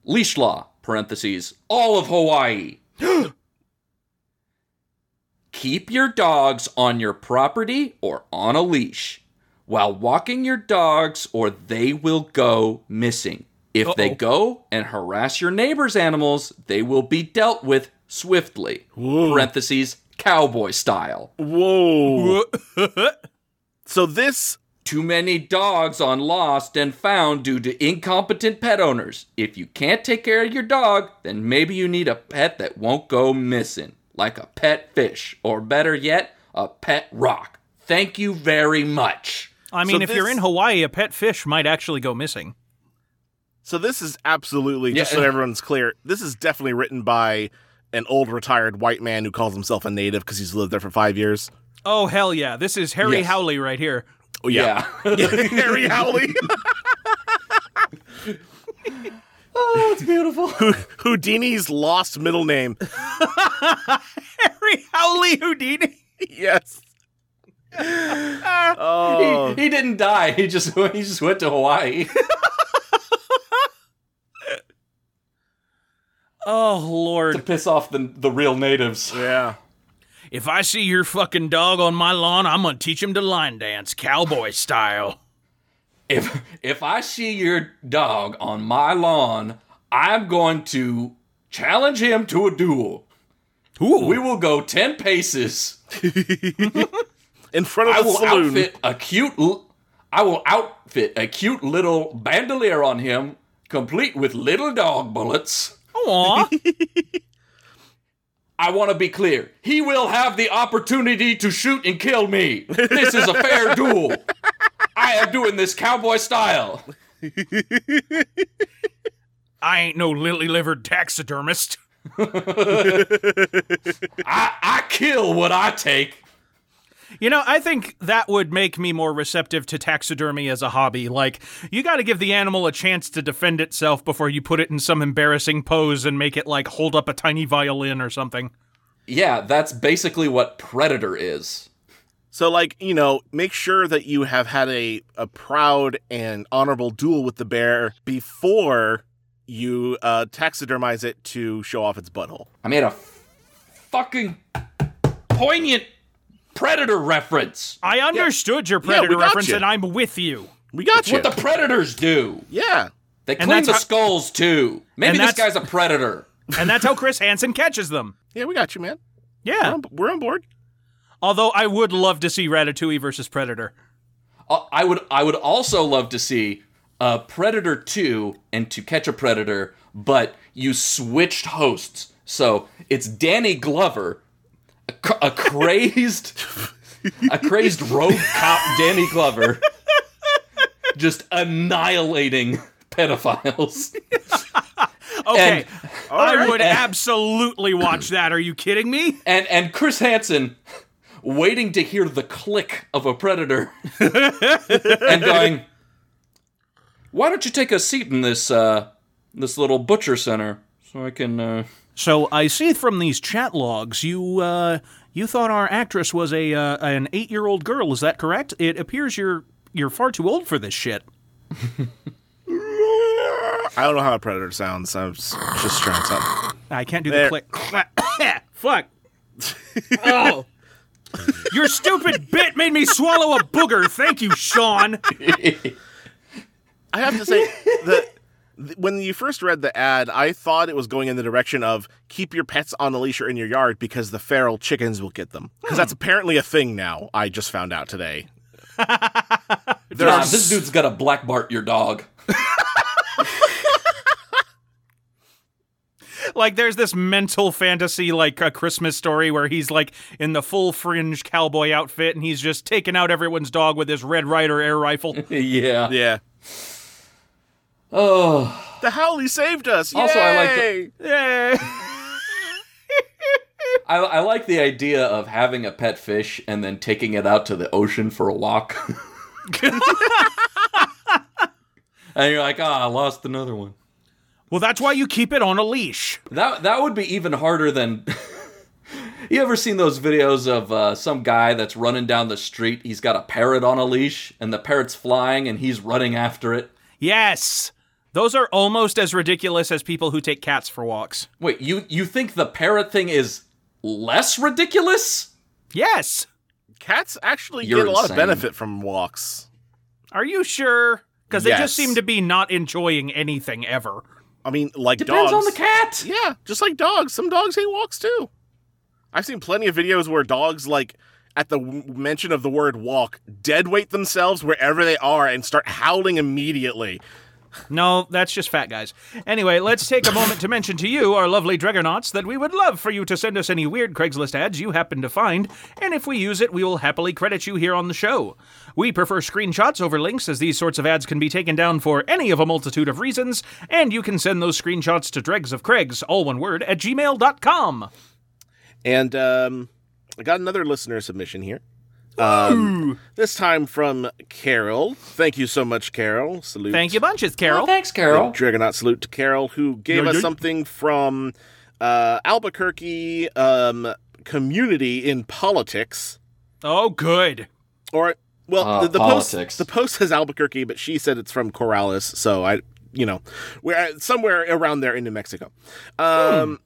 Speaker 3: Leash law. Parentheses. All of Hawaii. Keep your dogs on your property or on a leash while walking your dogs, or they will go missing. If they
Speaker 1: Uh-oh.
Speaker 3: go and harass your neighbor's animals, they will be dealt with swiftly. Parentheses. Cowboy style.
Speaker 2: Whoa. So this.
Speaker 3: Too many dogs on lost and found due to incompetent pet owners. If you can't take care of your dog, then maybe you need a pet that won't go missing, like a pet fish, or better yet, a pet rock. Thank you very much.
Speaker 1: I mean,
Speaker 2: So
Speaker 1: if you're
Speaker 2: this-
Speaker 1: in Hawaii, a pet fish might actually go missing.
Speaker 2: So this is absolutely just
Speaker 3: Yeah.
Speaker 2: so everyone's clear. This is definitely written by an old retired white man who calls himself a native because he's lived there for five years.
Speaker 1: Oh hell yeah! This is Harry
Speaker 3: Yes.
Speaker 1: Howley right here.
Speaker 2: Oh yeah, Harry Howley,
Speaker 3: oh, it's beautiful.
Speaker 2: Houdini's lost middle name.
Speaker 1: Harry Howley Houdini.
Speaker 2: yes. oh,
Speaker 3: He, he didn't die. He just he just went to Hawaii.
Speaker 1: Oh lord!
Speaker 3: Piss off the the real natives.
Speaker 2: yeah.
Speaker 1: If I see your fucking dog on my lawn, I'm gonna teach him to line dance, cowboy style.
Speaker 3: If if I see your dog on my lawn, I'm going to challenge him to a duel.
Speaker 1: Ooh,
Speaker 3: We will go 10 paces.
Speaker 2: In front
Speaker 3: I
Speaker 2: of the
Speaker 3: will
Speaker 2: saloon.
Speaker 3: outfit a cute l- I will outfit a cute little bandolier on him complete with little dog bullets.
Speaker 1: aw.
Speaker 3: I want to be clear. He will have the opportunity to shoot and kill me. This is a fair duel. I am doing this cowboy style.
Speaker 1: I ain't no lily livered taxidermist.
Speaker 3: I I kill what I take.
Speaker 1: You know, I think that would make me more receptive to taxidermy as a hobby. Like, you got to give the animal a chance to defend itself before you put it in some embarrassing pose and make it like hold up a tiny violin or something.
Speaker 3: Yeah, that's basically what predator is.
Speaker 2: So, like, you know, make sure that you have had a, a proud and honorable duel with the bear before you uh, taxidermize it to show off its butthole.
Speaker 3: I made a f- fucking poignant predator reference.
Speaker 1: I understood your predator
Speaker 2: got
Speaker 1: reference,
Speaker 2: you.
Speaker 1: and I'm with you.
Speaker 2: We got you.
Speaker 3: What the predators do?
Speaker 2: yeah.
Speaker 3: They
Speaker 1: And
Speaker 3: clean
Speaker 1: that's
Speaker 3: the
Speaker 1: how-
Speaker 3: skulls too. Maybe
Speaker 1: And
Speaker 3: this
Speaker 1: that's-
Speaker 3: guy's a predator.
Speaker 1: And that's how Chris Hansen catches them.
Speaker 2: Yeah, we got you, man. We're
Speaker 1: Yeah.
Speaker 2: on, we're on board.
Speaker 1: Although I would love to see Ratatouille versus Predator.
Speaker 3: Uh, I would I would also love to see a predator two and to catch a predator, but you switched hosts. So it's Danny Glover, a, cr- a crazed, a crazed rogue cop, Danny Glover, just annihilating pedophiles.
Speaker 1: Okay.
Speaker 3: And-
Speaker 1: I would absolutely watch that. Are you kidding me?
Speaker 3: and and Chris Hansen waiting to hear the click of a predator and going, "Why don't you take a seat in this uh, this little butcher center so I can?" Uh...
Speaker 1: So I see from these chat logs you uh, you thought our actress was a uh, an eight year old girl. Is that correct? It appears you're you're far too old for this shit.
Speaker 2: I don't know how a predator sounds. I was just trying something.
Speaker 1: I can't do
Speaker 2: There.
Speaker 1: the click. Fuck. oh. Your stupid bit made me swallow a booger. Thank you, Sean.
Speaker 2: I have to say that th- when you first read the ad, I thought it was going in the direction of keep your pets on a leash or in your yard because the feral chickens will get them. Because
Speaker 3: Hmm.
Speaker 2: that's apparently a thing now. I just found out today. There
Speaker 3: Nah,
Speaker 2: are
Speaker 3: this dude's got to black bart your dog.
Speaker 1: Like, there's this mental fantasy, like a Christmas story, where he's like in the full fringe cowboy outfit and he's just taking out everyone's dog with his Red Ryder air rifle.
Speaker 3: yeah.
Speaker 2: yeah.
Speaker 3: Oh.
Speaker 2: The Howley saved us.
Speaker 3: Also, I like the-
Speaker 2: Yay!
Speaker 1: Yay.
Speaker 3: I, I like the idea of having a pet fish and then taking it out to the ocean for a walk. and you're like, ah, I lost another one.
Speaker 1: Well, that's why you keep it on a leash.
Speaker 3: That that would be even harder than. you ever seen those videos of uh, some guy that's running down the street? He's got a parrot on a leash, and the parrot's flying, and he's running after it.
Speaker 1: Yes. Those are almost as ridiculous as people who take cats for walks.
Speaker 3: Wait, you you think the parrot thing is less ridiculous?
Speaker 1: Yes.
Speaker 2: Cats actually
Speaker 3: You're
Speaker 2: get a lot
Speaker 3: insane.
Speaker 2: of benefit from walks.
Speaker 1: Are you sure? Because they just
Speaker 2: Yes.
Speaker 1: seem to be not enjoying anything ever.
Speaker 2: I mean, like
Speaker 3: Depends
Speaker 2: dogs.
Speaker 3: on the cat.
Speaker 2: Yeah, just like dogs. Some dogs hate walks too. I've seen plenty of videos where dogs, like, at the w- mention of the word walk, deadweight themselves wherever they are and start howling immediately.
Speaker 1: No, that's just fat guys. Anyway, let's take a moment to mention to you, our lovely Dregonauts, that we would love for you to send us any weird Craigslist ads you happen to find, and if we use it, we will happily credit you here on the show. We prefer screenshots over links, as these sorts of ads can be taken down for any of a multitude of reasons, and you can send those screenshots to dregsofcraigs, all one word, at gmail.com.
Speaker 2: And um, I got another listener submission here. Um, this time from Carol. Thank you so much, Carol. Salute.
Speaker 1: Thank you bunches, Carol.
Speaker 3: Oh, thanks, Carol.
Speaker 2: Dragonaut salute to Carol, who gave
Speaker 1: Yeah,
Speaker 2: us
Speaker 1: yeah.
Speaker 2: something from uh, Albuquerque um, community in politics.
Speaker 1: Oh, good.
Speaker 2: Or well,
Speaker 3: Ah,
Speaker 2: the, the
Speaker 3: politics.
Speaker 2: post the post says Albuquerque, but she said it's from Corrales. So I, you know, we're somewhere around there in New Mexico. Um,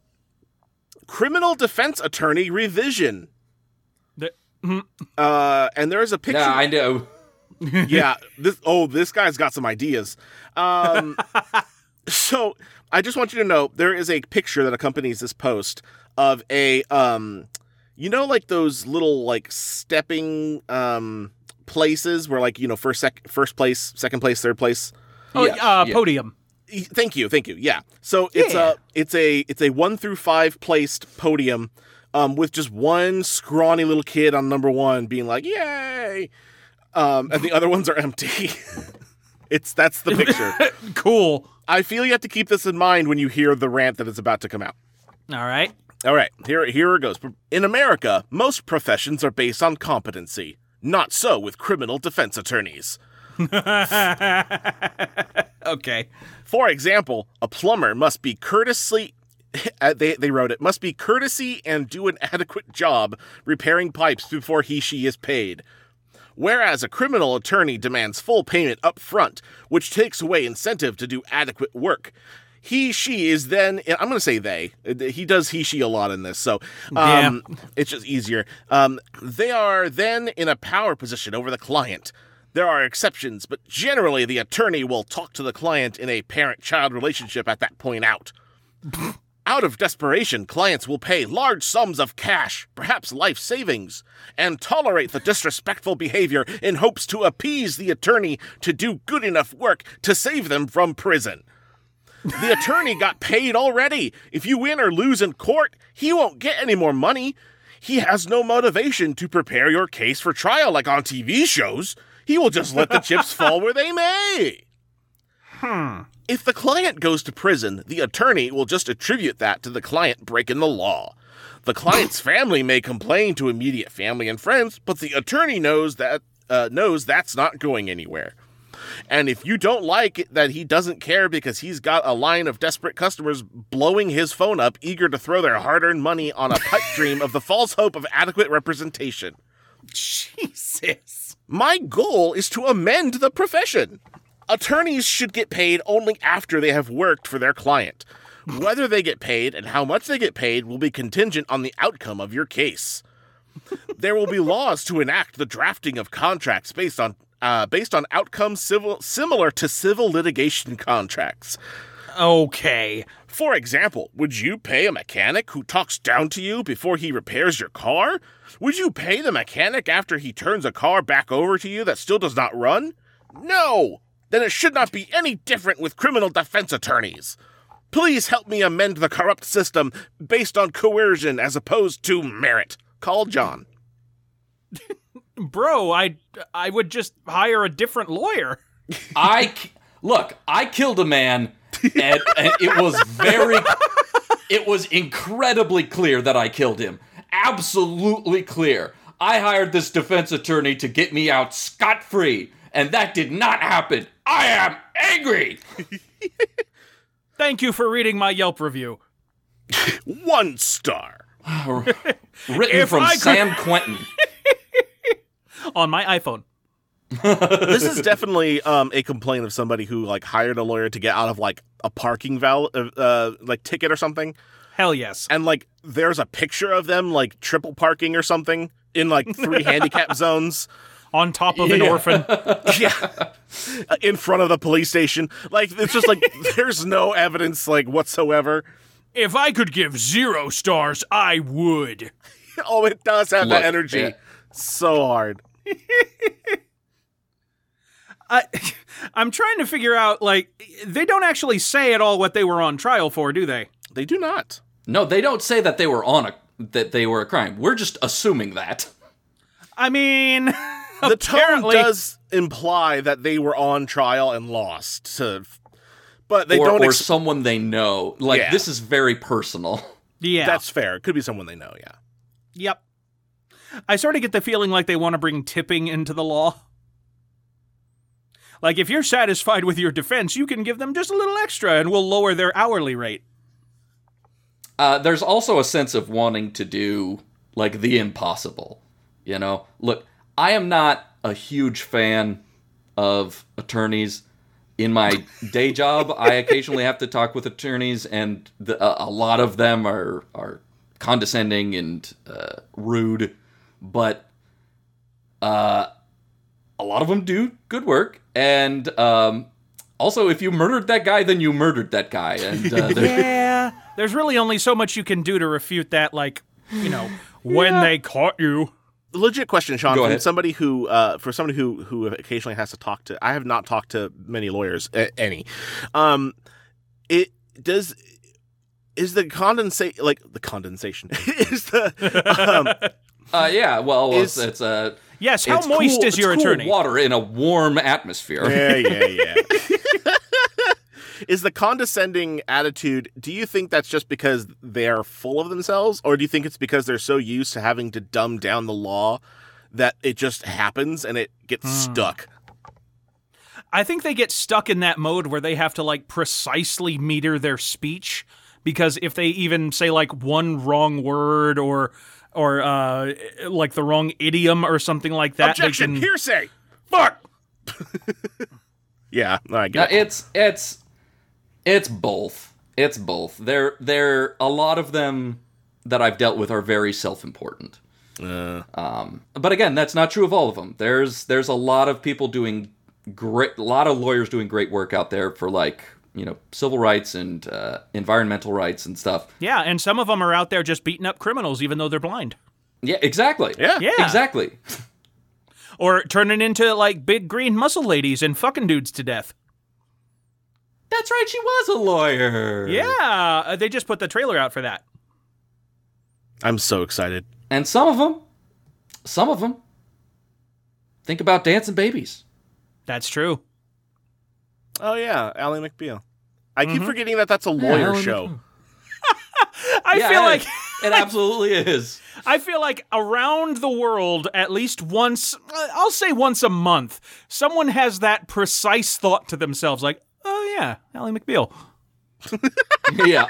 Speaker 3: Hmm.
Speaker 2: Criminal defense attorney revision.
Speaker 1: The-
Speaker 2: Uh, and there is a picture.
Speaker 3: Yeah, I know.
Speaker 2: yeah this oh this guy's got some ideas um so i just want you to know there is a picture that accompanies this post of a um you know like those little like stepping um places where like you know first sec first place second place third place
Speaker 1: Oh,
Speaker 3: Yeah,
Speaker 1: uh,
Speaker 3: yeah.
Speaker 1: podium.
Speaker 2: E- thank you thank you yeah so it's
Speaker 1: Yeah.
Speaker 2: a it's a it's a one through five placed podium um with just one scrawny little kid on number one being like yay um and the other ones are empty it's that's the picture
Speaker 1: Cool.
Speaker 2: i feel you have to keep this in mind when you hear the rant that is about to come out
Speaker 1: All right.
Speaker 2: all right here here it goes in america most professions are based on competency not so with criminal defense attorneys
Speaker 1: Okay.
Speaker 2: For example, a plumber must be courteously. uh, They, they wrote it must be courtesy and do an adequate job repairing pipes before he she is paid. Whereas a criminal attorney demands full payment up front, which takes away incentive to do adequate work. He she is then and I'm going to say they. Uh, He does he she a lot in this, so um, it's just easier. Um, they are then in a power position over the client. There are exceptions, but generally the attorney will talk to the client in a parent-child relationship at that point out. Out of desperation, clients will pay large sums of cash, perhaps life savings, and tolerate the disrespectful behavior in hopes to appease the attorney to do good enough work to save them from prison. The attorney got paid already. If you win or lose in court, he won't get any more money. He has no motivation to prepare your case for trial like on TV shows. He will just let the chips fall where they may. If the client goes to prison, the attorney will just attribute that to the client breaking the law. The client's family may complain to immediate family and friends, but the attorney knows that uh, knows that's not going anywhere. And if you don't like it that he doesn't care because he's got a line of desperate customers blowing his phone up, eager to throw their hard-earned money on a pipe dream of the false hope of adequate representation,
Speaker 1: Jesus.
Speaker 2: my goal is to amend the profession. Attorneys should get paid only after they have worked for their client. Whether they get paid and how much they get paid will be contingent on the outcome of your case. There will be laws to enact the drafting of contracts based on uh, based on outcomes civil, similar to civil litigation contracts.
Speaker 1: Okay.
Speaker 2: For example, would you pay a mechanic who talks down to you before he repairs your car? Would you pay the mechanic after he turns a car back over to you that still does not run? No! Then it should not be any different with criminal defense attorneys. Please help me amend the corrupt system based on coercion as opposed to merit. Call John.
Speaker 1: Bro, I I would just hire a different lawyer.
Speaker 3: I ki- look, I killed a man, and, and it was very, it was incredibly clear that I killed him. Absolutely clear. I hired this defense attorney to get me out scot free, and that did not happen. I am angry.
Speaker 1: Thank you for reading my Yelp review.
Speaker 2: One star.
Speaker 3: Written
Speaker 1: If
Speaker 3: from
Speaker 1: I could-
Speaker 3: Sam Quentin.
Speaker 1: on my iPhone.
Speaker 2: this is definitely um, a complaint of somebody who like hired a lawyer to get out of like a parking val uh, uh, like ticket or something.
Speaker 1: Hell yes.
Speaker 2: and like there's a picture of them like triple parking or something in like three handicap zones
Speaker 1: On top of an
Speaker 3: Yeah.
Speaker 1: orphan.
Speaker 2: yeah Uh, in front of the police station like it's just like there's no evidence like whatsoever
Speaker 1: If I could give zero stars, I would.
Speaker 2: oh it does have that
Speaker 3: Look,
Speaker 2: energy
Speaker 3: man.
Speaker 2: so hard
Speaker 1: I, I'm trying to figure out, like, they don't actually say at all what they were on trial for, do they?
Speaker 2: they do not
Speaker 3: No, they don't say that they were on a that they were a crime. We're just assuming that.
Speaker 1: I mean,
Speaker 2: the tone
Speaker 1: Apparently-
Speaker 2: does imply that they were on trial and lost to but they
Speaker 3: or,
Speaker 2: don't
Speaker 3: or
Speaker 2: ex-
Speaker 3: someone they know. Like
Speaker 2: Yeah.
Speaker 3: this is very personal.
Speaker 1: yeah.
Speaker 2: that's fair it could be someone they know yeah
Speaker 1: yep. I sort of get the feeling like they want to bring tipping into the law. Like, if you're satisfied with your defense, you can give them just a little extra and we'll lower their hourly rate.
Speaker 3: Uh, there's also a sense of wanting to do like the impossible. You know, look, I am not a huge fan of attorneys. In my day job, I occasionally have to talk with attorneys, and the, uh, a lot of them are are condescending and uh, rude. But uh, a lot of them do good work, and um, also, if you murdered that guy, then you murdered that guy, and uh, there-
Speaker 1: Yeah. There's really only so much you can do to refute that, like, you know, when they caught you.
Speaker 2: legit question, Sean,
Speaker 3: Go
Speaker 2: from
Speaker 3: ahead.
Speaker 2: somebody who, uh, for somebody who who occasionally has to talk to. I have not talked to many lawyers, uh, any. Um, it does. Is the condensate like the condensation? is the um,
Speaker 3: Uh, yeah, well,
Speaker 2: Is-
Speaker 3: it's, it's a.
Speaker 1: Yes, how
Speaker 3: it's
Speaker 1: moist
Speaker 3: cool-
Speaker 1: is your
Speaker 3: it's cool
Speaker 1: attorney?
Speaker 3: Water in a warm atmosphere.
Speaker 2: yeah, yeah, yeah. is the condescending attitude? Do you think that's just because they're full of themselves, or do you think it's because they're so used to having to dumb down the law that it just happens and it gets stuck?
Speaker 1: I think they get stuck in that mode where they have to like precisely meter their speech because if they even say like one wrong word or or uh like the wrong idiom or something like that, they
Speaker 2: Objection!
Speaker 1: can-
Speaker 2: Hearsay.
Speaker 1: fuck.
Speaker 2: Yeah, I
Speaker 3: No,
Speaker 2: get it.
Speaker 3: it's it's it's both. It's both. They're they're a lot of them that I've dealt with are very self-important.
Speaker 1: Uh.
Speaker 3: Um, but again, that's not true of all of them. There's there's a lot of people doing great, a lot of lawyers doing great work out there for like you know civil rights and uh, environmental rights and stuff.
Speaker 1: Yeah, and some of them are out there just beating up criminals even though they're blind.
Speaker 3: Yeah, exactly.
Speaker 2: Yeah.
Speaker 1: Yeah.
Speaker 3: exactly.
Speaker 1: Or turning into like big green muscle ladies and fucking dudes to death.
Speaker 3: That's right. She was a lawyer.
Speaker 1: Yeah, uh, they just put the trailer out for that.
Speaker 2: I'm so excited.
Speaker 3: And some of them, some of them, think about dancing babies.
Speaker 1: That's true.
Speaker 2: Oh yeah, Ally McBeal. I keep forgetting that that's a lawyer
Speaker 3: Ally
Speaker 2: show.
Speaker 1: I
Speaker 3: Yeah,
Speaker 1: feel
Speaker 3: it-
Speaker 1: like
Speaker 3: it absolutely is.
Speaker 1: I feel like around the world, at least once, uh, I'll say once a month, someone has that precise thought to themselves, like, oh yeah, Ally McBeal.
Speaker 3: yeah,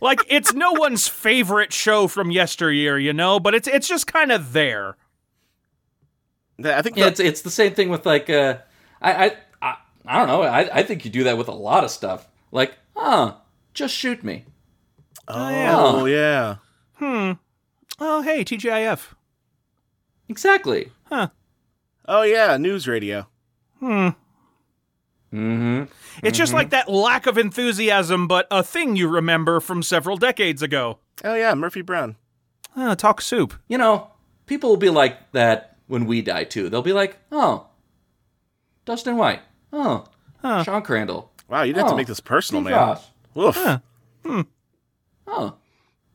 Speaker 1: Like it's no one's favorite show from yesteryear, you know, but it's it's just kind of there.
Speaker 2: I think
Speaker 3: Yeah,
Speaker 2: the-
Speaker 3: it's it's the same thing with like uh, I, I I I don't know. I I think you do that with a lot of stuff. Like, huh, just shoot me.
Speaker 2: oh yeah.
Speaker 1: Hmm. Oh, hey, TGIF.
Speaker 3: Exactly.
Speaker 2: Oh yeah, news radio.
Speaker 1: Hmm.
Speaker 3: Mm-hmm.
Speaker 1: It's just like that lack of enthusiasm, but a thing you remember from several decades ago.
Speaker 2: Oh yeah, Murphy Brown.
Speaker 1: Ah, talk soup.
Speaker 3: You know, people will be like that when we die too. They'll be like, oh, Dustin White. Oh,
Speaker 1: Huh.
Speaker 3: Sean Crandall.
Speaker 2: Wow, you would have
Speaker 3: Oh,
Speaker 2: to make this personal,
Speaker 3: Steve
Speaker 2: man.
Speaker 3: Ross.
Speaker 2: Woof.
Speaker 1: Huh.
Speaker 3: Oh,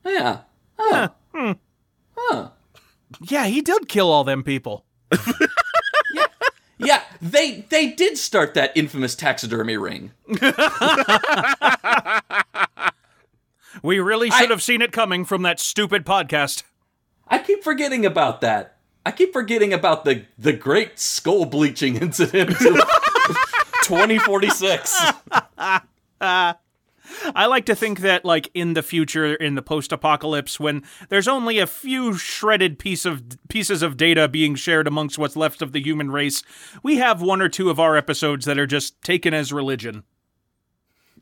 Speaker 3: yeah. Huh. Huh.
Speaker 1: Yeah, he did kill all them people.
Speaker 3: Yeah, they they did start that infamous taxidermy ring.
Speaker 1: We really should
Speaker 3: I-
Speaker 1: have seen it coming from that stupid podcast.
Speaker 3: I keep forgetting about that. I keep forgetting about the the great skull bleaching incident. 2046.
Speaker 1: I like to think that, like, in the future, in the post-apocalypse, when there's only a few shredded piece of pieces of data being shared amongst what's left of the human race, we have one or two of our episodes that are just taken as religion.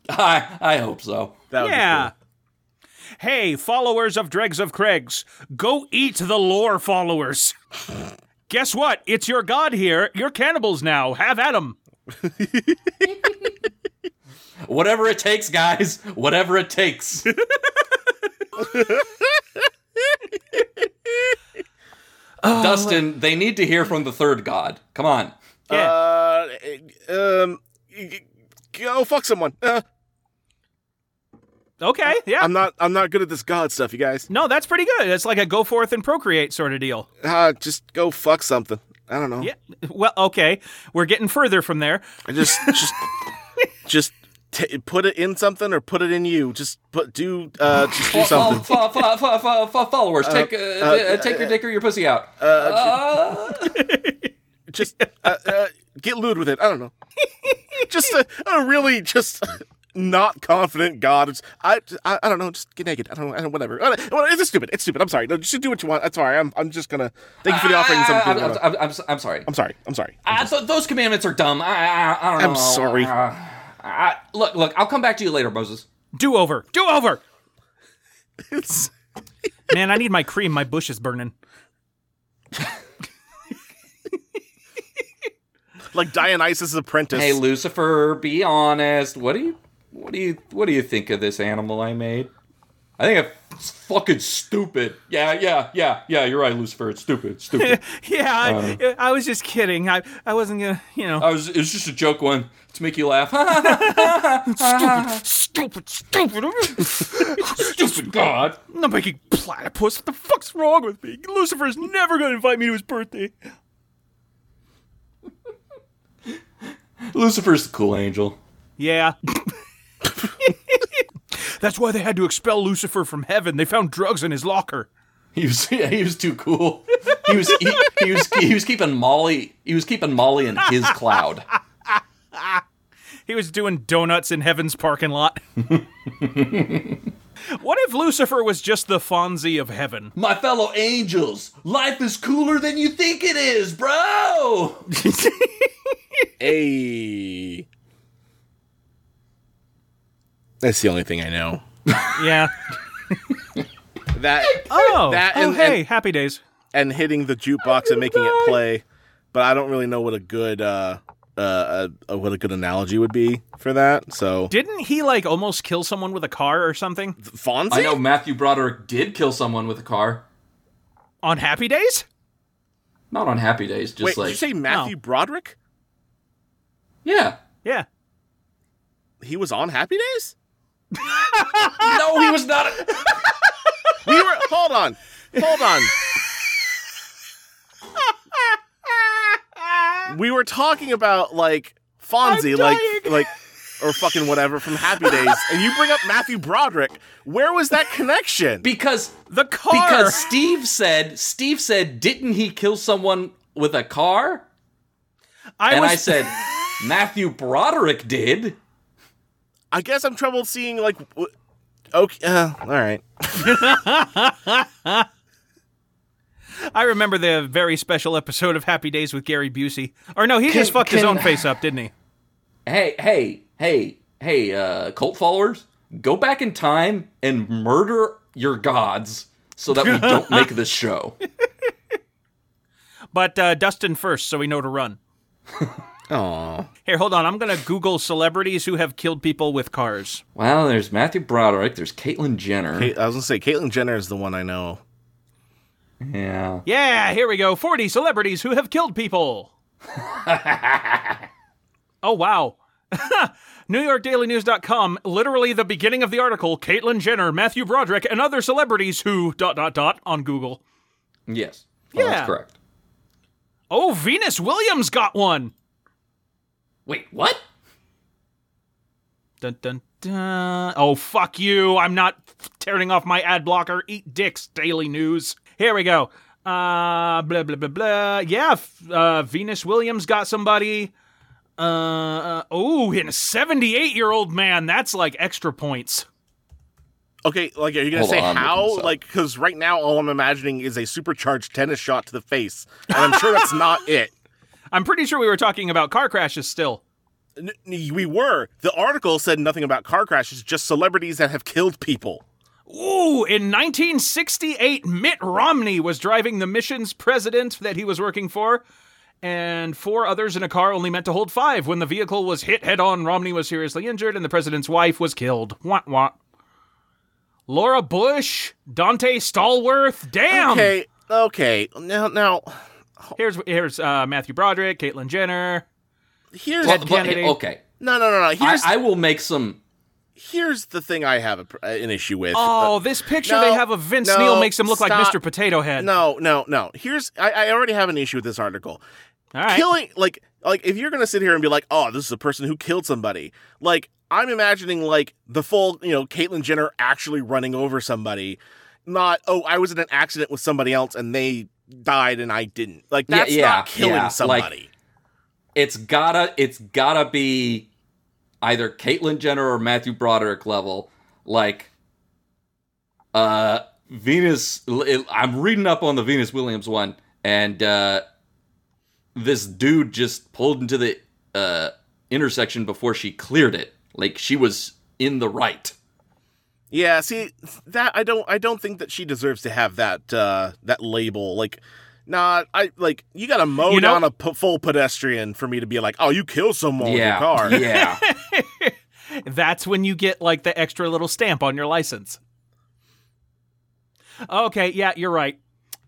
Speaker 3: I I hope so.
Speaker 2: That would be
Speaker 1: Yeah.
Speaker 2: cool.
Speaker 1: Hey, followers of Dregs of Craigs, go eat the lore followers. Guess what? It's your god here. You're cannibals now. Have at 'em.
Speaker 3: Whatever it takes, guys. Whatever it takes. Dustin, they need to hear from the third god. Come on.
Speaker 1: Yeah.
Speaker 2: Uh, um, y- y- go fuck someone. Uh,
Speaker 1: okay. Yeah.
Speaker 2: I'm not. I'm not good at this god stuff, you guys.
Speaker 1: no, that's pretty good. It's like a go forth and procreate sort of deal.
Speaker 2: Uh, just go fuck something. I don't know.
Speaker 1: Yeah. Well, okay. We're getting further from there.
Speaker 2: I just, just, just t- put it in something or put it in you. Just put do. Uh, just do
Speaker 3: Fo-
Speaker 2: something.
Speaker 3: fo- fo- fo- fo- fo- Followers, take uh, uh, take your dick or your pussy out. Uh,
Speaker 2: Just uh, uh, get lewd with it. I don't know. Just a, a really just not confident god. It's- I, I I don't know. Just get naked. I don't. I don't whatever. Uh, well, It's stupid. It's stupid. I'm sorry. No, just do what you want. I'm sorry. I'm. I'm just gonna. Thank you for the offering.
Speaker 3: I-
Speaker 2: Something.
Speaker 3: I- Ah, I'm, I'm, I'm, s- I'm sorry.
Speaker 2: I'm sorry. I'm sorry.
Speaker 3: Ah, th- those commandments are dumb. I, I, I don't know.
Speaker 2: I'm sorry.
Speaker 3: Ah, I- look, look. I'll come back to you later, Moses.
Speaker 1: Do over. Do over.
Speaker 2: It's
Speaker 1: Man, I need my cream. My bush is burning.
Speaker 2: like Dionysus' apprentice.
Speaker 3: Hey, Lucifer, be honest. What do you, what do you, what do you think of this animal I made? I think it's fucking stupid. Yeah, yeah, yeah, yeah. You're right, Lucifer. It's stupid. It's stupid.
Speaker 1: Yeah, I, I was just kidding. I, I wasn't going to, you know.
Speaker 3: I was. It was just a joke one to make you laugh.
Speaker 1: stupid,
Speaker 3: stupid,
Speaker 1: stupid.
Speaker 3: stupid God.
Speaker 1: I'm not making platypus. What the fuck's wrong with me? Lucifer's never gonna invite me to his birthday.
Speaker 3: Lucifer's the cool angel.
Speaker 1: Yeah. That's why they had to expel Lucifer from heaven. They found drugs in his locker.
Speaker 3: He was. Yeah, he was too cool. He was. He, he was. He was keeping Molly. He was keeping Molly in his cloud.
Speaker 1: He was doing donuts in heaven's parking lot. what if Lucifer was just the Fonzie of heaven?
Speaker 3: My fellow angels, life is cooler than you think it is, bro.
Speaker 2: Hey. That's the only thing I know.
Speaker 1: Yeah.
Speaker 2: That
Speaker 1: Oh.
Speaker 2: That
Speaker 1: oh,
Speaker 2: and-
Speaker 1: hey,
Speaker 2: and-
Speaker 1: happy days.
Speaker 2: and hitting the jukebox and making
Speaker 1: Oh
Speaker 2: it play, but I don't really know what a good uh, uh, uh uh, what a good analogy would be for that. So
Speaker 1: Didn't he like almost kill someone with a car or something
Speaker 2: Fonzie,
Speaker 3: I know Matthew Broderick did kill someone with a car.
Speaker 1: on Happy Days?
Speaker 3: Not on Happy Days, just
Speaker 2: Wait,
Speaker 3: like
Speaker 2: did you say Matthew Broderick?
Speaker 3: yeah.
Speaker 1: Yeah.
Speaker 2: He was on Happy Days.
Speaker 3: No, he was not.
Speaker 2: We were. hold on, hold on. We were talking about like Fonzie,
Speaker 1: I'm
Speaker 2: like
Speaker 1: dying.
Speaker 2: like or fucking whatever from Happy Days, and you bring up Matthew Broderick. Where was that connection?
Speaker 3: Because
Speaker 1: The car.
Speaker 3: because Steve said Steve said didn't he kill someone with a car?
Speaker 1: I
Speaker 3: and
Speaker 1: was
Speaker 3: I said Matthew Broderick did.
Speaker 2: I guess I'm troubled seeing like. W- okay, uh, all right.
Speaker 1: I remember the very special episode of Happy Days with Gary Busey. Or no, he just fucked his
Speaker 3: can-
Speaker 1: own face up, didn't he?
Speaker 3: Hey, hey, hey, hey, uh, cult followers, go back in time and murder your gods so that we don't make this show.
Speaker 1: But uh, Dustin first, so we know to run.
Speaker 2: Aw.
Speaker 1: Here, hold on. I'm going to Google celebrities who have killed people with cars.
Speaker 3: Well, there's Matthew Broderick, there's Caitlyn Jenner.
Speaker 2: Hey, I was gonna say Caitlyn Jenner is the one I know.
Speaker 3: yeah.
Speaker 1: Yeah, here we go. 40 celebrities who have killed people. oh, wow. NewYorkDailyNews.com, literally the beginning of the article, Caitlyn Jenner, Matthew Broderick, and other celebrities who dot dot dot on Google.
Speaker 3: Yes. Well,
Speaker 1: Yeah.
Speaker 3: That's correct.
Speaker 1: Oh, Venus Williams got one.
Speaker 3: Wait, what?
Speaker 1: Dun dun dun. Oh, fuck you. I'm not turning off my ad blocker. Eat dicks, Daily News. Here we go. Uh, blah, blah, blah, blah. Yeah, f- uh, Venus Williams got somebody. Uh, uh, oh, and a 78 year old man. That's like extra points.
Speaker 2: Okay, like are you gonna
Speaker 3: Hold
Speaker 2: say
Speaker 3: on, I'm looking
Speaker 2: how?
Speaker 3: this up.
Speaker 2: Like, because right now all I'm imagining is a supercharged tennis shot to the face, and I'm sure that's not it.
Speaker 1: I'm pretty sure we were talking about car crashes still.
Speaker 2: N- n- we were. The article said nothing about car crashes, just celebrities that have killed people.
Speaker 1: Ooh, in 1968, Mitt Romney was driving the mission's president that he was working for, and four others in a car only meant to hold five. When the vehicle was hit head on, Romney was seriously injured, and the president's wife was killed. Wah wah. Laura Bush, Dante Stallworth. Damn.
Speaker 2: Okay, okay. Now, now,
Speaker 1: Here's here's uh, Matthew Broderick, Caitlyn Jenner.
Speaker 2: here's
Speaker 3: Well, but-
Speaker 1: Kennedy.
Speaker 3: okay.
Speaker 2: no, no, no, no.
Speaker 3: I,
Speaker 2: Here's
Speaker 3: I will make some.
Speaker 2: here's the thing I have a, pr- uh, an issue with.
Speaker 1: Oh, this picture
Speaker 2: no,
Speaker 1: they have of Vince
Speaker 2: no,
Speaker 1: Neil makes him look like
Speaker 2: stop.
Speaker 1: Mr. Potato Head.
Speaker 2: No, no, no. Here's I, I already have an issue with this article.
Speaker 1: All right.
Speaker 2: Killing like like if you're gonna sit here and be like, oh, this is a person who killed somebody, like I'm imagining like the full, you know, Caitlyn Jenner actually running over somebody, not oh, I was in an accident with somebody else and they died and I didn't. Like
Speaker 3: Yeah,
Speaker 2: that's
Speaker 3: yeah,
Speaker 2: not killing
Speaker 3: yeah, like-
Speaker 2: somebody.
Speaker 3: It's gotta. It's gotta be either Caitlyn Jenner or Matthew Broderick level. Like, uh, Venus. I'm reading up on the Venus Williams one, and uh, this dude just pulled into the uh, intersection before she cleared it. Like she was in the right.
Speaker 2: Yeah, see that I don't I don't think that she deserves to have that uh that label. Like nah, I like you gotta mow
Speaker 1: You know-
Speaker 2: down a p- full pedestrian for me to be like, oh, you killed someone with your
Speaker 3: yeah.
Speaker 2: car.
Speaker 3: Yeah.
Speaker 1: That's when you get like the extra little stamp on your license. Okay, yeah, you're right.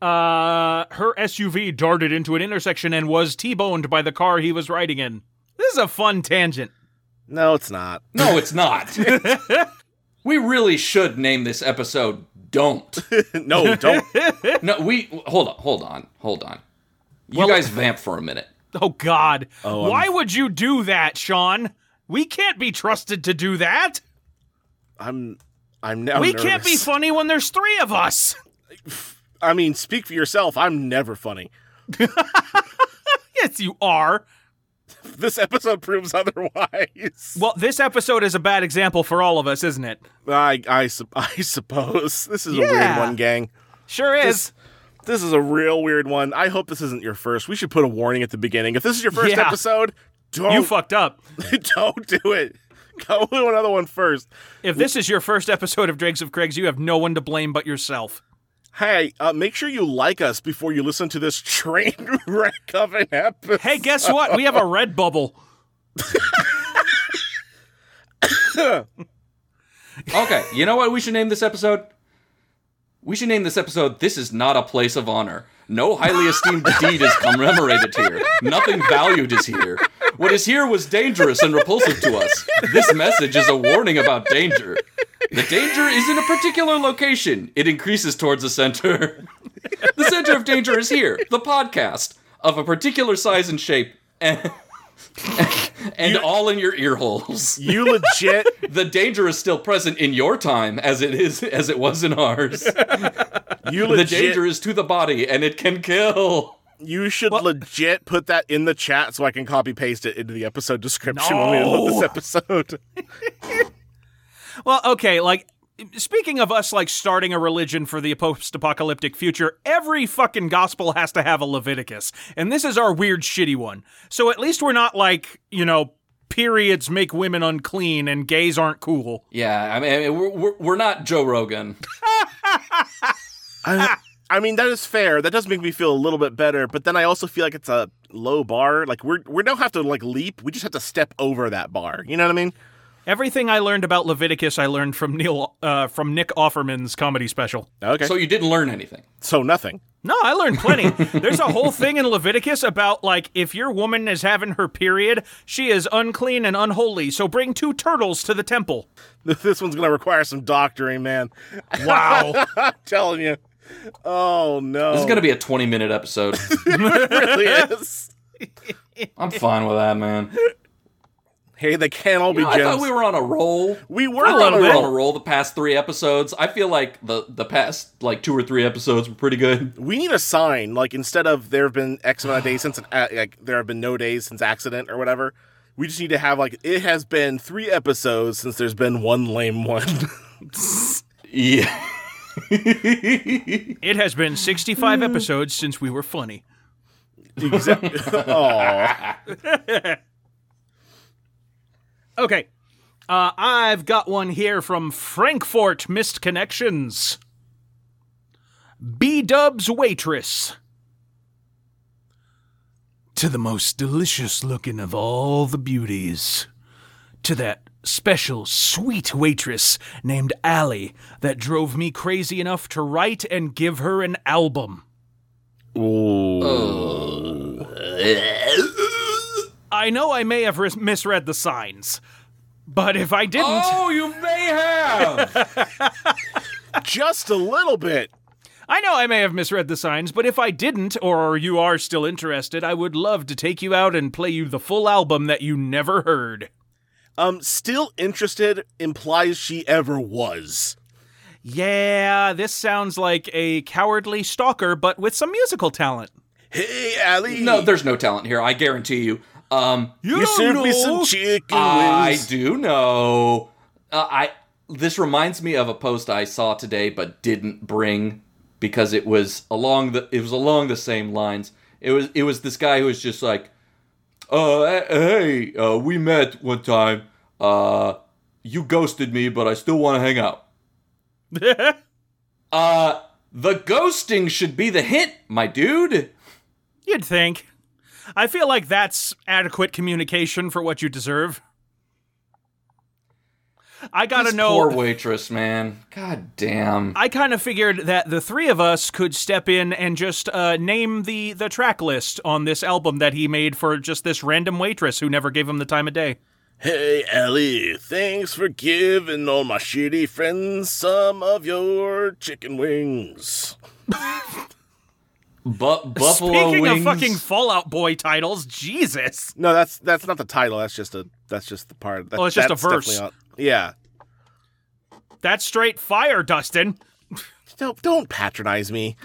Speaker 1: Uh, her SUV darted into an intersection and was T-boned by the car he was riding in. This is a fun tangent.
Speaker 2: No, it's not.
Speaker 3: No, it's not. we really should name this episode Don't.
Speaker 2: no, don't.
Speaker 3: No, we hold on, hold on, hold on. You guys vamp for a minute.
Speaker 1: Oh God,
Speaker 2: Oh, I'm-
Speaker 1: why would you do that, Sean? We can't be trusted to do that.
Speaker 2: I'm I'm now
Speaker 1: we
Speaker 2: nervous.
Speaker 1: can't be funny when there's three of us.
Speaker 2: I mean, speak for yourself. I'm never funny.
Speaker 1: Yes, you are.
Speaker 2: This episode proves otherwise.
Speaker 1: Well, this episode is a bad example for all of us, isn't it?
Speaker 2: I I, sup- I suppose this is a weird
Speaker 1: Yeah.
Speaker 2: one, gang.
Speaker 1: Sure is.
Speaker 2: This is a real weird one. I hope this isn't your first. We should put a warning at the beginning. If this is your first
Speaker 1: Yeah.
Speaker 2: episode, don't
Speaker 1: you fucked up.
Speaker 2: don't do it. Go do another one first.
Speaker 1: If this is your first episode of Dregs of Craigs, you have no one to blame but yourself.
Speaker 2: Hey, uh, make sure you like us before you listen to this train wreck of an episode.
Speaker 1: Hey, guess what? We have a red bubble.
Speaker 3: Okay, you know what we should name this episode? We should name this episode This is not a place of honor. No highly esteemed deed is commemorated here. Nothing valued is here. What is here was dangerous and repulsive to us. This message is a warning about danger. The danger is in a particular location. It increases towards the center. The center of danger is here, the podcast, of a particular size and shape, and, and all in your ear holes
Speaker 2: You legit
Speaker 3: the danger is still present in your time as it is as it was in ours.
Speaker 2: you
Speaker 3: the
Speaker 2: legit
Speaker 3: danger is to the body and it can kill.
Speaker 2: You should legit put that in the chat so I can copy paste it into the episode description when we upload
Speaker 1: No.
Speaker 2: this episode.
Speaker 1: Well, okay, like speaking of us like starting a religion for the post-apocalyptic future every fucking gospel has to have a leviticus and this is our weird shitty one so at least we're not like you know periods make women unclean and gays aren't cool
Speaker 3: Yeah, I mean, I mean, we're, we're, we're not Joe Rogan.
Speaker 2: I, I mean, that is fair. That does make me feel a little bit better, but then I also feel like it's a low bar. Like we're we don't have to like leap. We just have to step over that bar. You know what I mean?
Speaker 1: everything i learned about leviticus i learned from neil uh, from nick offerman's comedy special
Speaker 2: Okay.
Speaker 3: So
Speaker 2: So,
Speaker 3: you didn't learn anything.
Speaker 2: nothing.
Speaker 1: No, I learned plenty. There's a whole thing in Leviticus about like if your woman is having her period, she is unclean and unholy. So bring two turtles to the temple.
Speaker 2: This one's gonna require some doctoring, man.
Speaker 1: Wow.
Speaker 2: I'm telling you. Oh no.
Speaker 3: This is going to be a 20 minute episode.
Speaker 2: really is.
Speaker 3: I'm fine with that, man.
Speaker 2: Hey, they can't all be
Speaker 3: I thought
Speaker 2: gems.
Speaker 3: we were on a roll.
Speaker 2: we were
Speaker 3: I
Speaker 2: on
Speaker 3: thought
Speaker 2: a
Speaker 3: we were
Speaker 2: roll.
Speaker 3: on a roll the past three episodes. I feel like the, the past like two or three episodes were pretty good.
Speaker 2: We need a sign, like instead of there have been X amount of days since an, a- like there have been no days since accident or whatever. We just need to have like it has been three episodes since there's been one lame one.
Speaker 3: Yeah.
Speaker 1: It has been 65 episodes since we were funny.
Speaker 2: exactly. Aw.
Speaker 1: Okay. Uh, I've got one here from Frankfort Missed Connections. B Dub's waitress. To the most delicious looking of all the beauties. To that special, sweet waitress named Allie that drove me crazy enough to write and give her an album. I know I may have ris- misread the signs, but if I didn't.
Speaker 3: oh, you may have.
Speaker 2: Just a little bit.
Speaker 1: I know I may have misread the signs, but if I didn't, or you are still interested, I would love to take you out and play you the full album that you never heard.
Speaker 2: Um, still interested implies she ever was.
Speaker 1: Yeah, this sounds like a cowardly stalker, but with some musical talent.
Speaker 2: Hey, Allie.
Speaker 3: no, there's no talent here. I guarantee you. Um,
Speaker 2: you, served me some chicken
Speaker 3: I
Speaker 2: wings.
Speaker 3: do know. Uh, I this reminds me of a post I saw today but didn't bring because it was along the it was along the same lines. It was it was this guy who was just like, uh, hey, uh, we met one time. Uh, you ghosted me, but I still want to hang out. Uh, the ghosting should be the hint, my dude.
Speaker 1: You'd think. I feel like that's adequate communication for what you deserve. I gotta
Speaker 3: This
Speaker 1: know.
Speaker 3: poor waitress, man. God damn.
Speaker 1: I kind of figured that the three of us could step in and just uh, name the the track list on this album that he made for just this random waitress who never gave him the time of day.
Speaker 2: Hey, Ellie, thanks for giving all my shitty friends some of your chicken wings.
Speaker 3: Bu- buffalo
Speaker 1: Speaking of
Speaker 3: wings.
Speaker 1: fucking Fallout Boy titles, Jesus!
Speaker 2: No, that's that's not the title. That's just a that's just the part. That,
Speaker 1: Oh, it's just a
Speaker 2: that's
Speaker 1: verse.
Speaker 2: definitely not- yeah.
Speaker 1: That's straight fire, Dustin.
Speaker 2: Don't don't patronize me.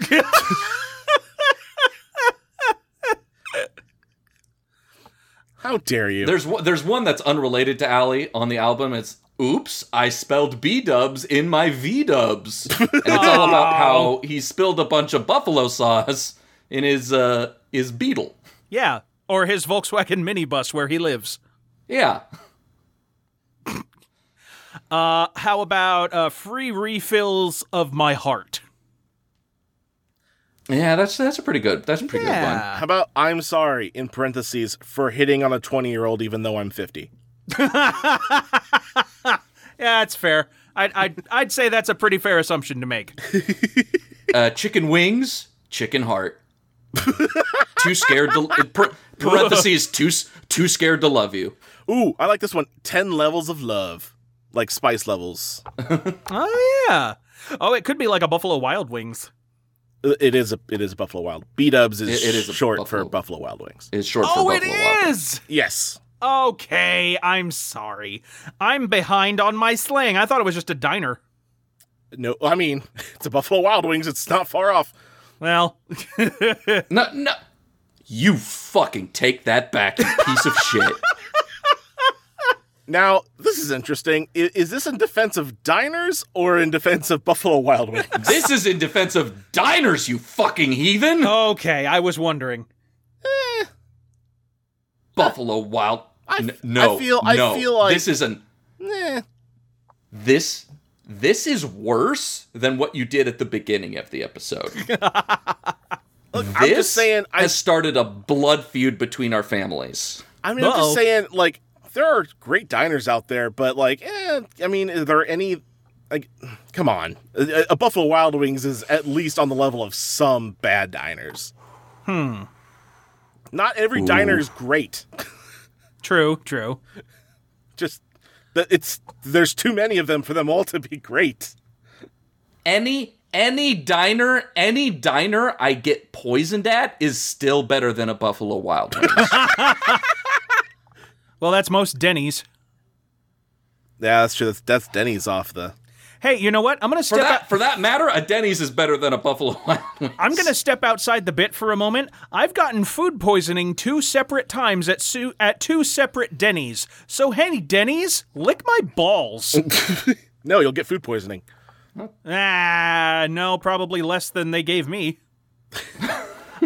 Speaker 2: How dare you?
Speaker 3: There's one, there's one that's unrelated to Allie on the album. It's oops, I spelled B dubs in my V dubs, and it's all about how he spilled a bunch of buffalo sauce in his uh his Beetle.
Speaker 1: Yeah, or his Volkswagen minibus where he lives.
Speaker 3: Yeah,
Speaker 1: Uh, how about uh, free refills of my heart?
Speaker 3: yeah, that's that's a pretty good that's a pretty good
Speaker 2: How about I'm sorry in parentheses for hitting on a 20 year old even though I'm 50.
Speaker 1: Yeah, that's fair. I'd, I'd, I'd say that's a pretty fair assumption to make.
Speaker 3: one. Uh, chicken wings, chicken heart. too scared to uh, per, parentheses too s- too scared to love you.
Speaker 2: Ooh, I like this one. 10 levels of love, like spice levels.
Speaker 1: Oh yeah. Oh, it could be like a Buffalo Wild Wings.
Speaker 2: Uh, It is a it is a Buffalo Wild. B Dubs is
Speaker 3: It- it is a
Speaker 2: short
Speaker 3: Buffalo-
Speaker 2: for Buffalo Wild Wings.
Speaker 3: It's short for
Speaker 1: Oh, it
Speaker 3: buffalo. Wild Wings.
Speaker 1: is.
Speaker 2: Yes.
Speaker 1: Okay, I'm sorry. I'm behind on my slang. I thought it was just a diner.
Speaker 2: No, I mean it's a Buffalo Wild Wings. It's not far off.
Speaker 1: Well,
Speaker 3: No, no. You fucking take that back, you piece of shit.
Speaker 2: Now, this is interesting. I- is this in defense of diners or in defense of Buffalo Wild Wings?
Speaker 3: This is in defense of diners, you fucking heathen.
Speaker 1: Okay, I was wondering.
Speaker 3: Buffalo Wild.
Speaker 2: I-
Speaker 3: N- no,
Speaker 2: I feel- I
Speaker 3: no.
Speaker 2: feel like-
Speaker 3: this isn't
Speaker 2: Eh.
Speaker 3: this. This is worse than what you did at the beginning of the episode.
Speaker 2: Look,
Speaker 3: this
Speaker 2: I'm just saying. I,
Speaker 3: has started a blood feud between our families.
Speaker 2: I mean, I'm
Speaker 1: Uh-oh.
Speaker 2: just saying. Like, there are great diners out there, but like, eh, I mean, are there any? Like, come on. A, a Buffalo Wild Wings is at least on the level of some bad diners. Hmm. Not every diner is great.
Speaker 1: True, true.
Speaker 2: Just that it's there's too many of them for them all to be great.
Speaker 3: Any any diner, any diner I get poisoned at is still better than a Buffalo Wild Wings.
Speaker 1: Well, that's most Denny's.
Speaker 2: Yeah, that's true. That's, that's Denny's off the.
Speaker 1: Hey, you know what? I'm gonna
Speaker 3: for
Speaker 1: step out.
Speaker 3: that for that matter, a Denny's is better than a Buffalo Wild Wings.
Speaker 1: I'm gonna step outside the bit for a moment. I've gotten food poisoning two separate times at su- at two separate Denny's. So hey, Denny's, lick my balls.
Speaker 2: No, you'll get food poisoning.
Speaker 1: Ah, no, probably less than they gave me.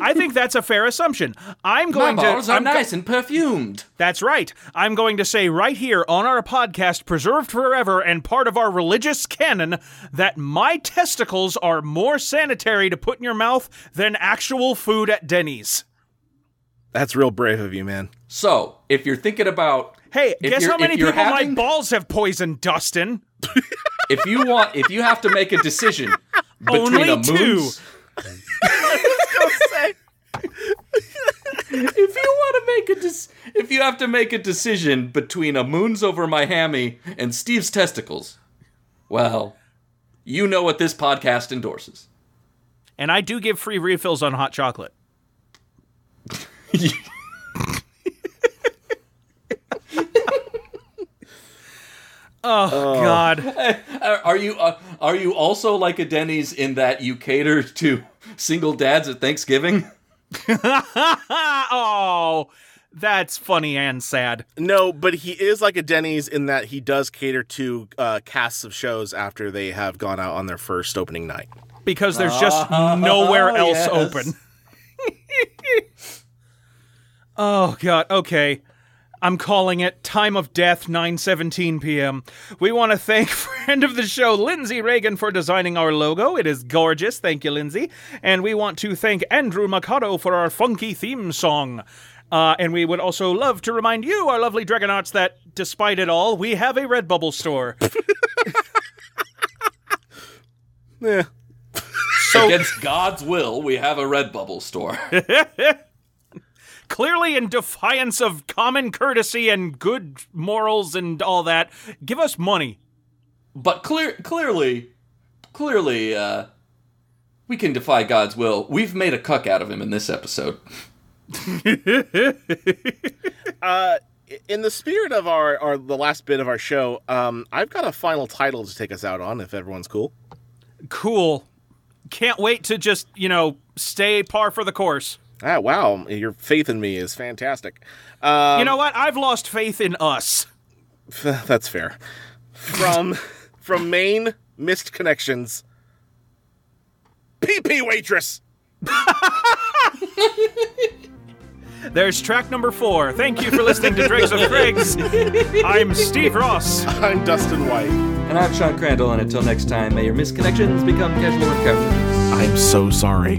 Speaker 1: I think that's a fair assumption. I'm
Speaker 3: My
Speaker 1: going
Speaker 3: balls
Speaker 1: to.
Speaker 3: are
Speaker 1: I'm go-
Speaker 3: nice and perfumed.
Speaker 1: that's right. I'm going to say right here on our podcast, preserved forever and part of our religious canon, that my testicles are more sanitary to put in your mouth than actual food at Denny's.
Speaker 2: That's real brave of you, man.
Speaker 3: So, if you're thinking about
Speaker 1: Hey,
Speaker 3: If
Speaker 1: guess
Speaker 3: you're-
Speaker 1: how many
Speaker 3: if you're
Speaker 1: people my
Speaker 3: having-
Speaker 1: balls have poisoned, Dustin?
Speaker 3: if you want if you have to make a decision between
Speaker 1: Only
Speaker 3: a moon's if you want to make a dec- if you have to make a decision between a moon's over my hammy and Steve's testicles, well, you know what this podcast endorses.
Speaker 1: And I do give free refills on hot chocolate. oh, God.
Speaker 3: Are, are you uh, are you also like a Denny's in that you cater to single dads at Thanksgiving?
Speaker 1: oh, that's funny and sad.
Speaker 2: No, but he is like a Denny's in that he does cater to uh, casts of shows after they have gone out on their first opening night.
Speaker 1: Because there's just nowhere
Speaker 3: Oh,
Speaker 1: else
Speaker 3: yes.
Speaker 1: open. oh, God. Okay. I'm calling it time of death 9:17 p.m. We want to thank friend of the show Lindsay Reagan for designing our logo. It is gorgeous. Thank you, Lindsay. And we want to thank Andrew Mikado for our funky theme song. Uh, and we would also love to remind you, our lovely Dragonauts, that despite it all, we have a Redbubble store.
Speaker 2: Yeah.
Speaker 3: Against God's will, we have a Redbubble store.
Speaker 1: clearly in defiance of common courtesy and good morals and all that, give us money.
Speaker 3: But clear, clearly, clearly, uh, we can defy God's will. We've made a cuck out of him in this episode.
Speaker 2: In the spirit of our, our the last bit of our show, um, I've got a final title to take us out on. If everyone's cool,
Speaker 1: Cool. Can't wait to just, you know, stay par for the course.
Speaker 2: ah, wow, your faith in me is fantastic.
Speaker 1: you know what? I've lost faith in us.
Speaker 2: That's fair. From from Maine, missed connections. PP waitress.
Speaker 1: There's track number four. Thank you for listening to Dregs of Craigs. I'm Steve Ross.
Speaker 2: I'm Dustin White.
Speaker 3: And I'm Sean Crandall, and until next time, may your misconnections become casual encounters.
Speaker 2: I'm so sorry.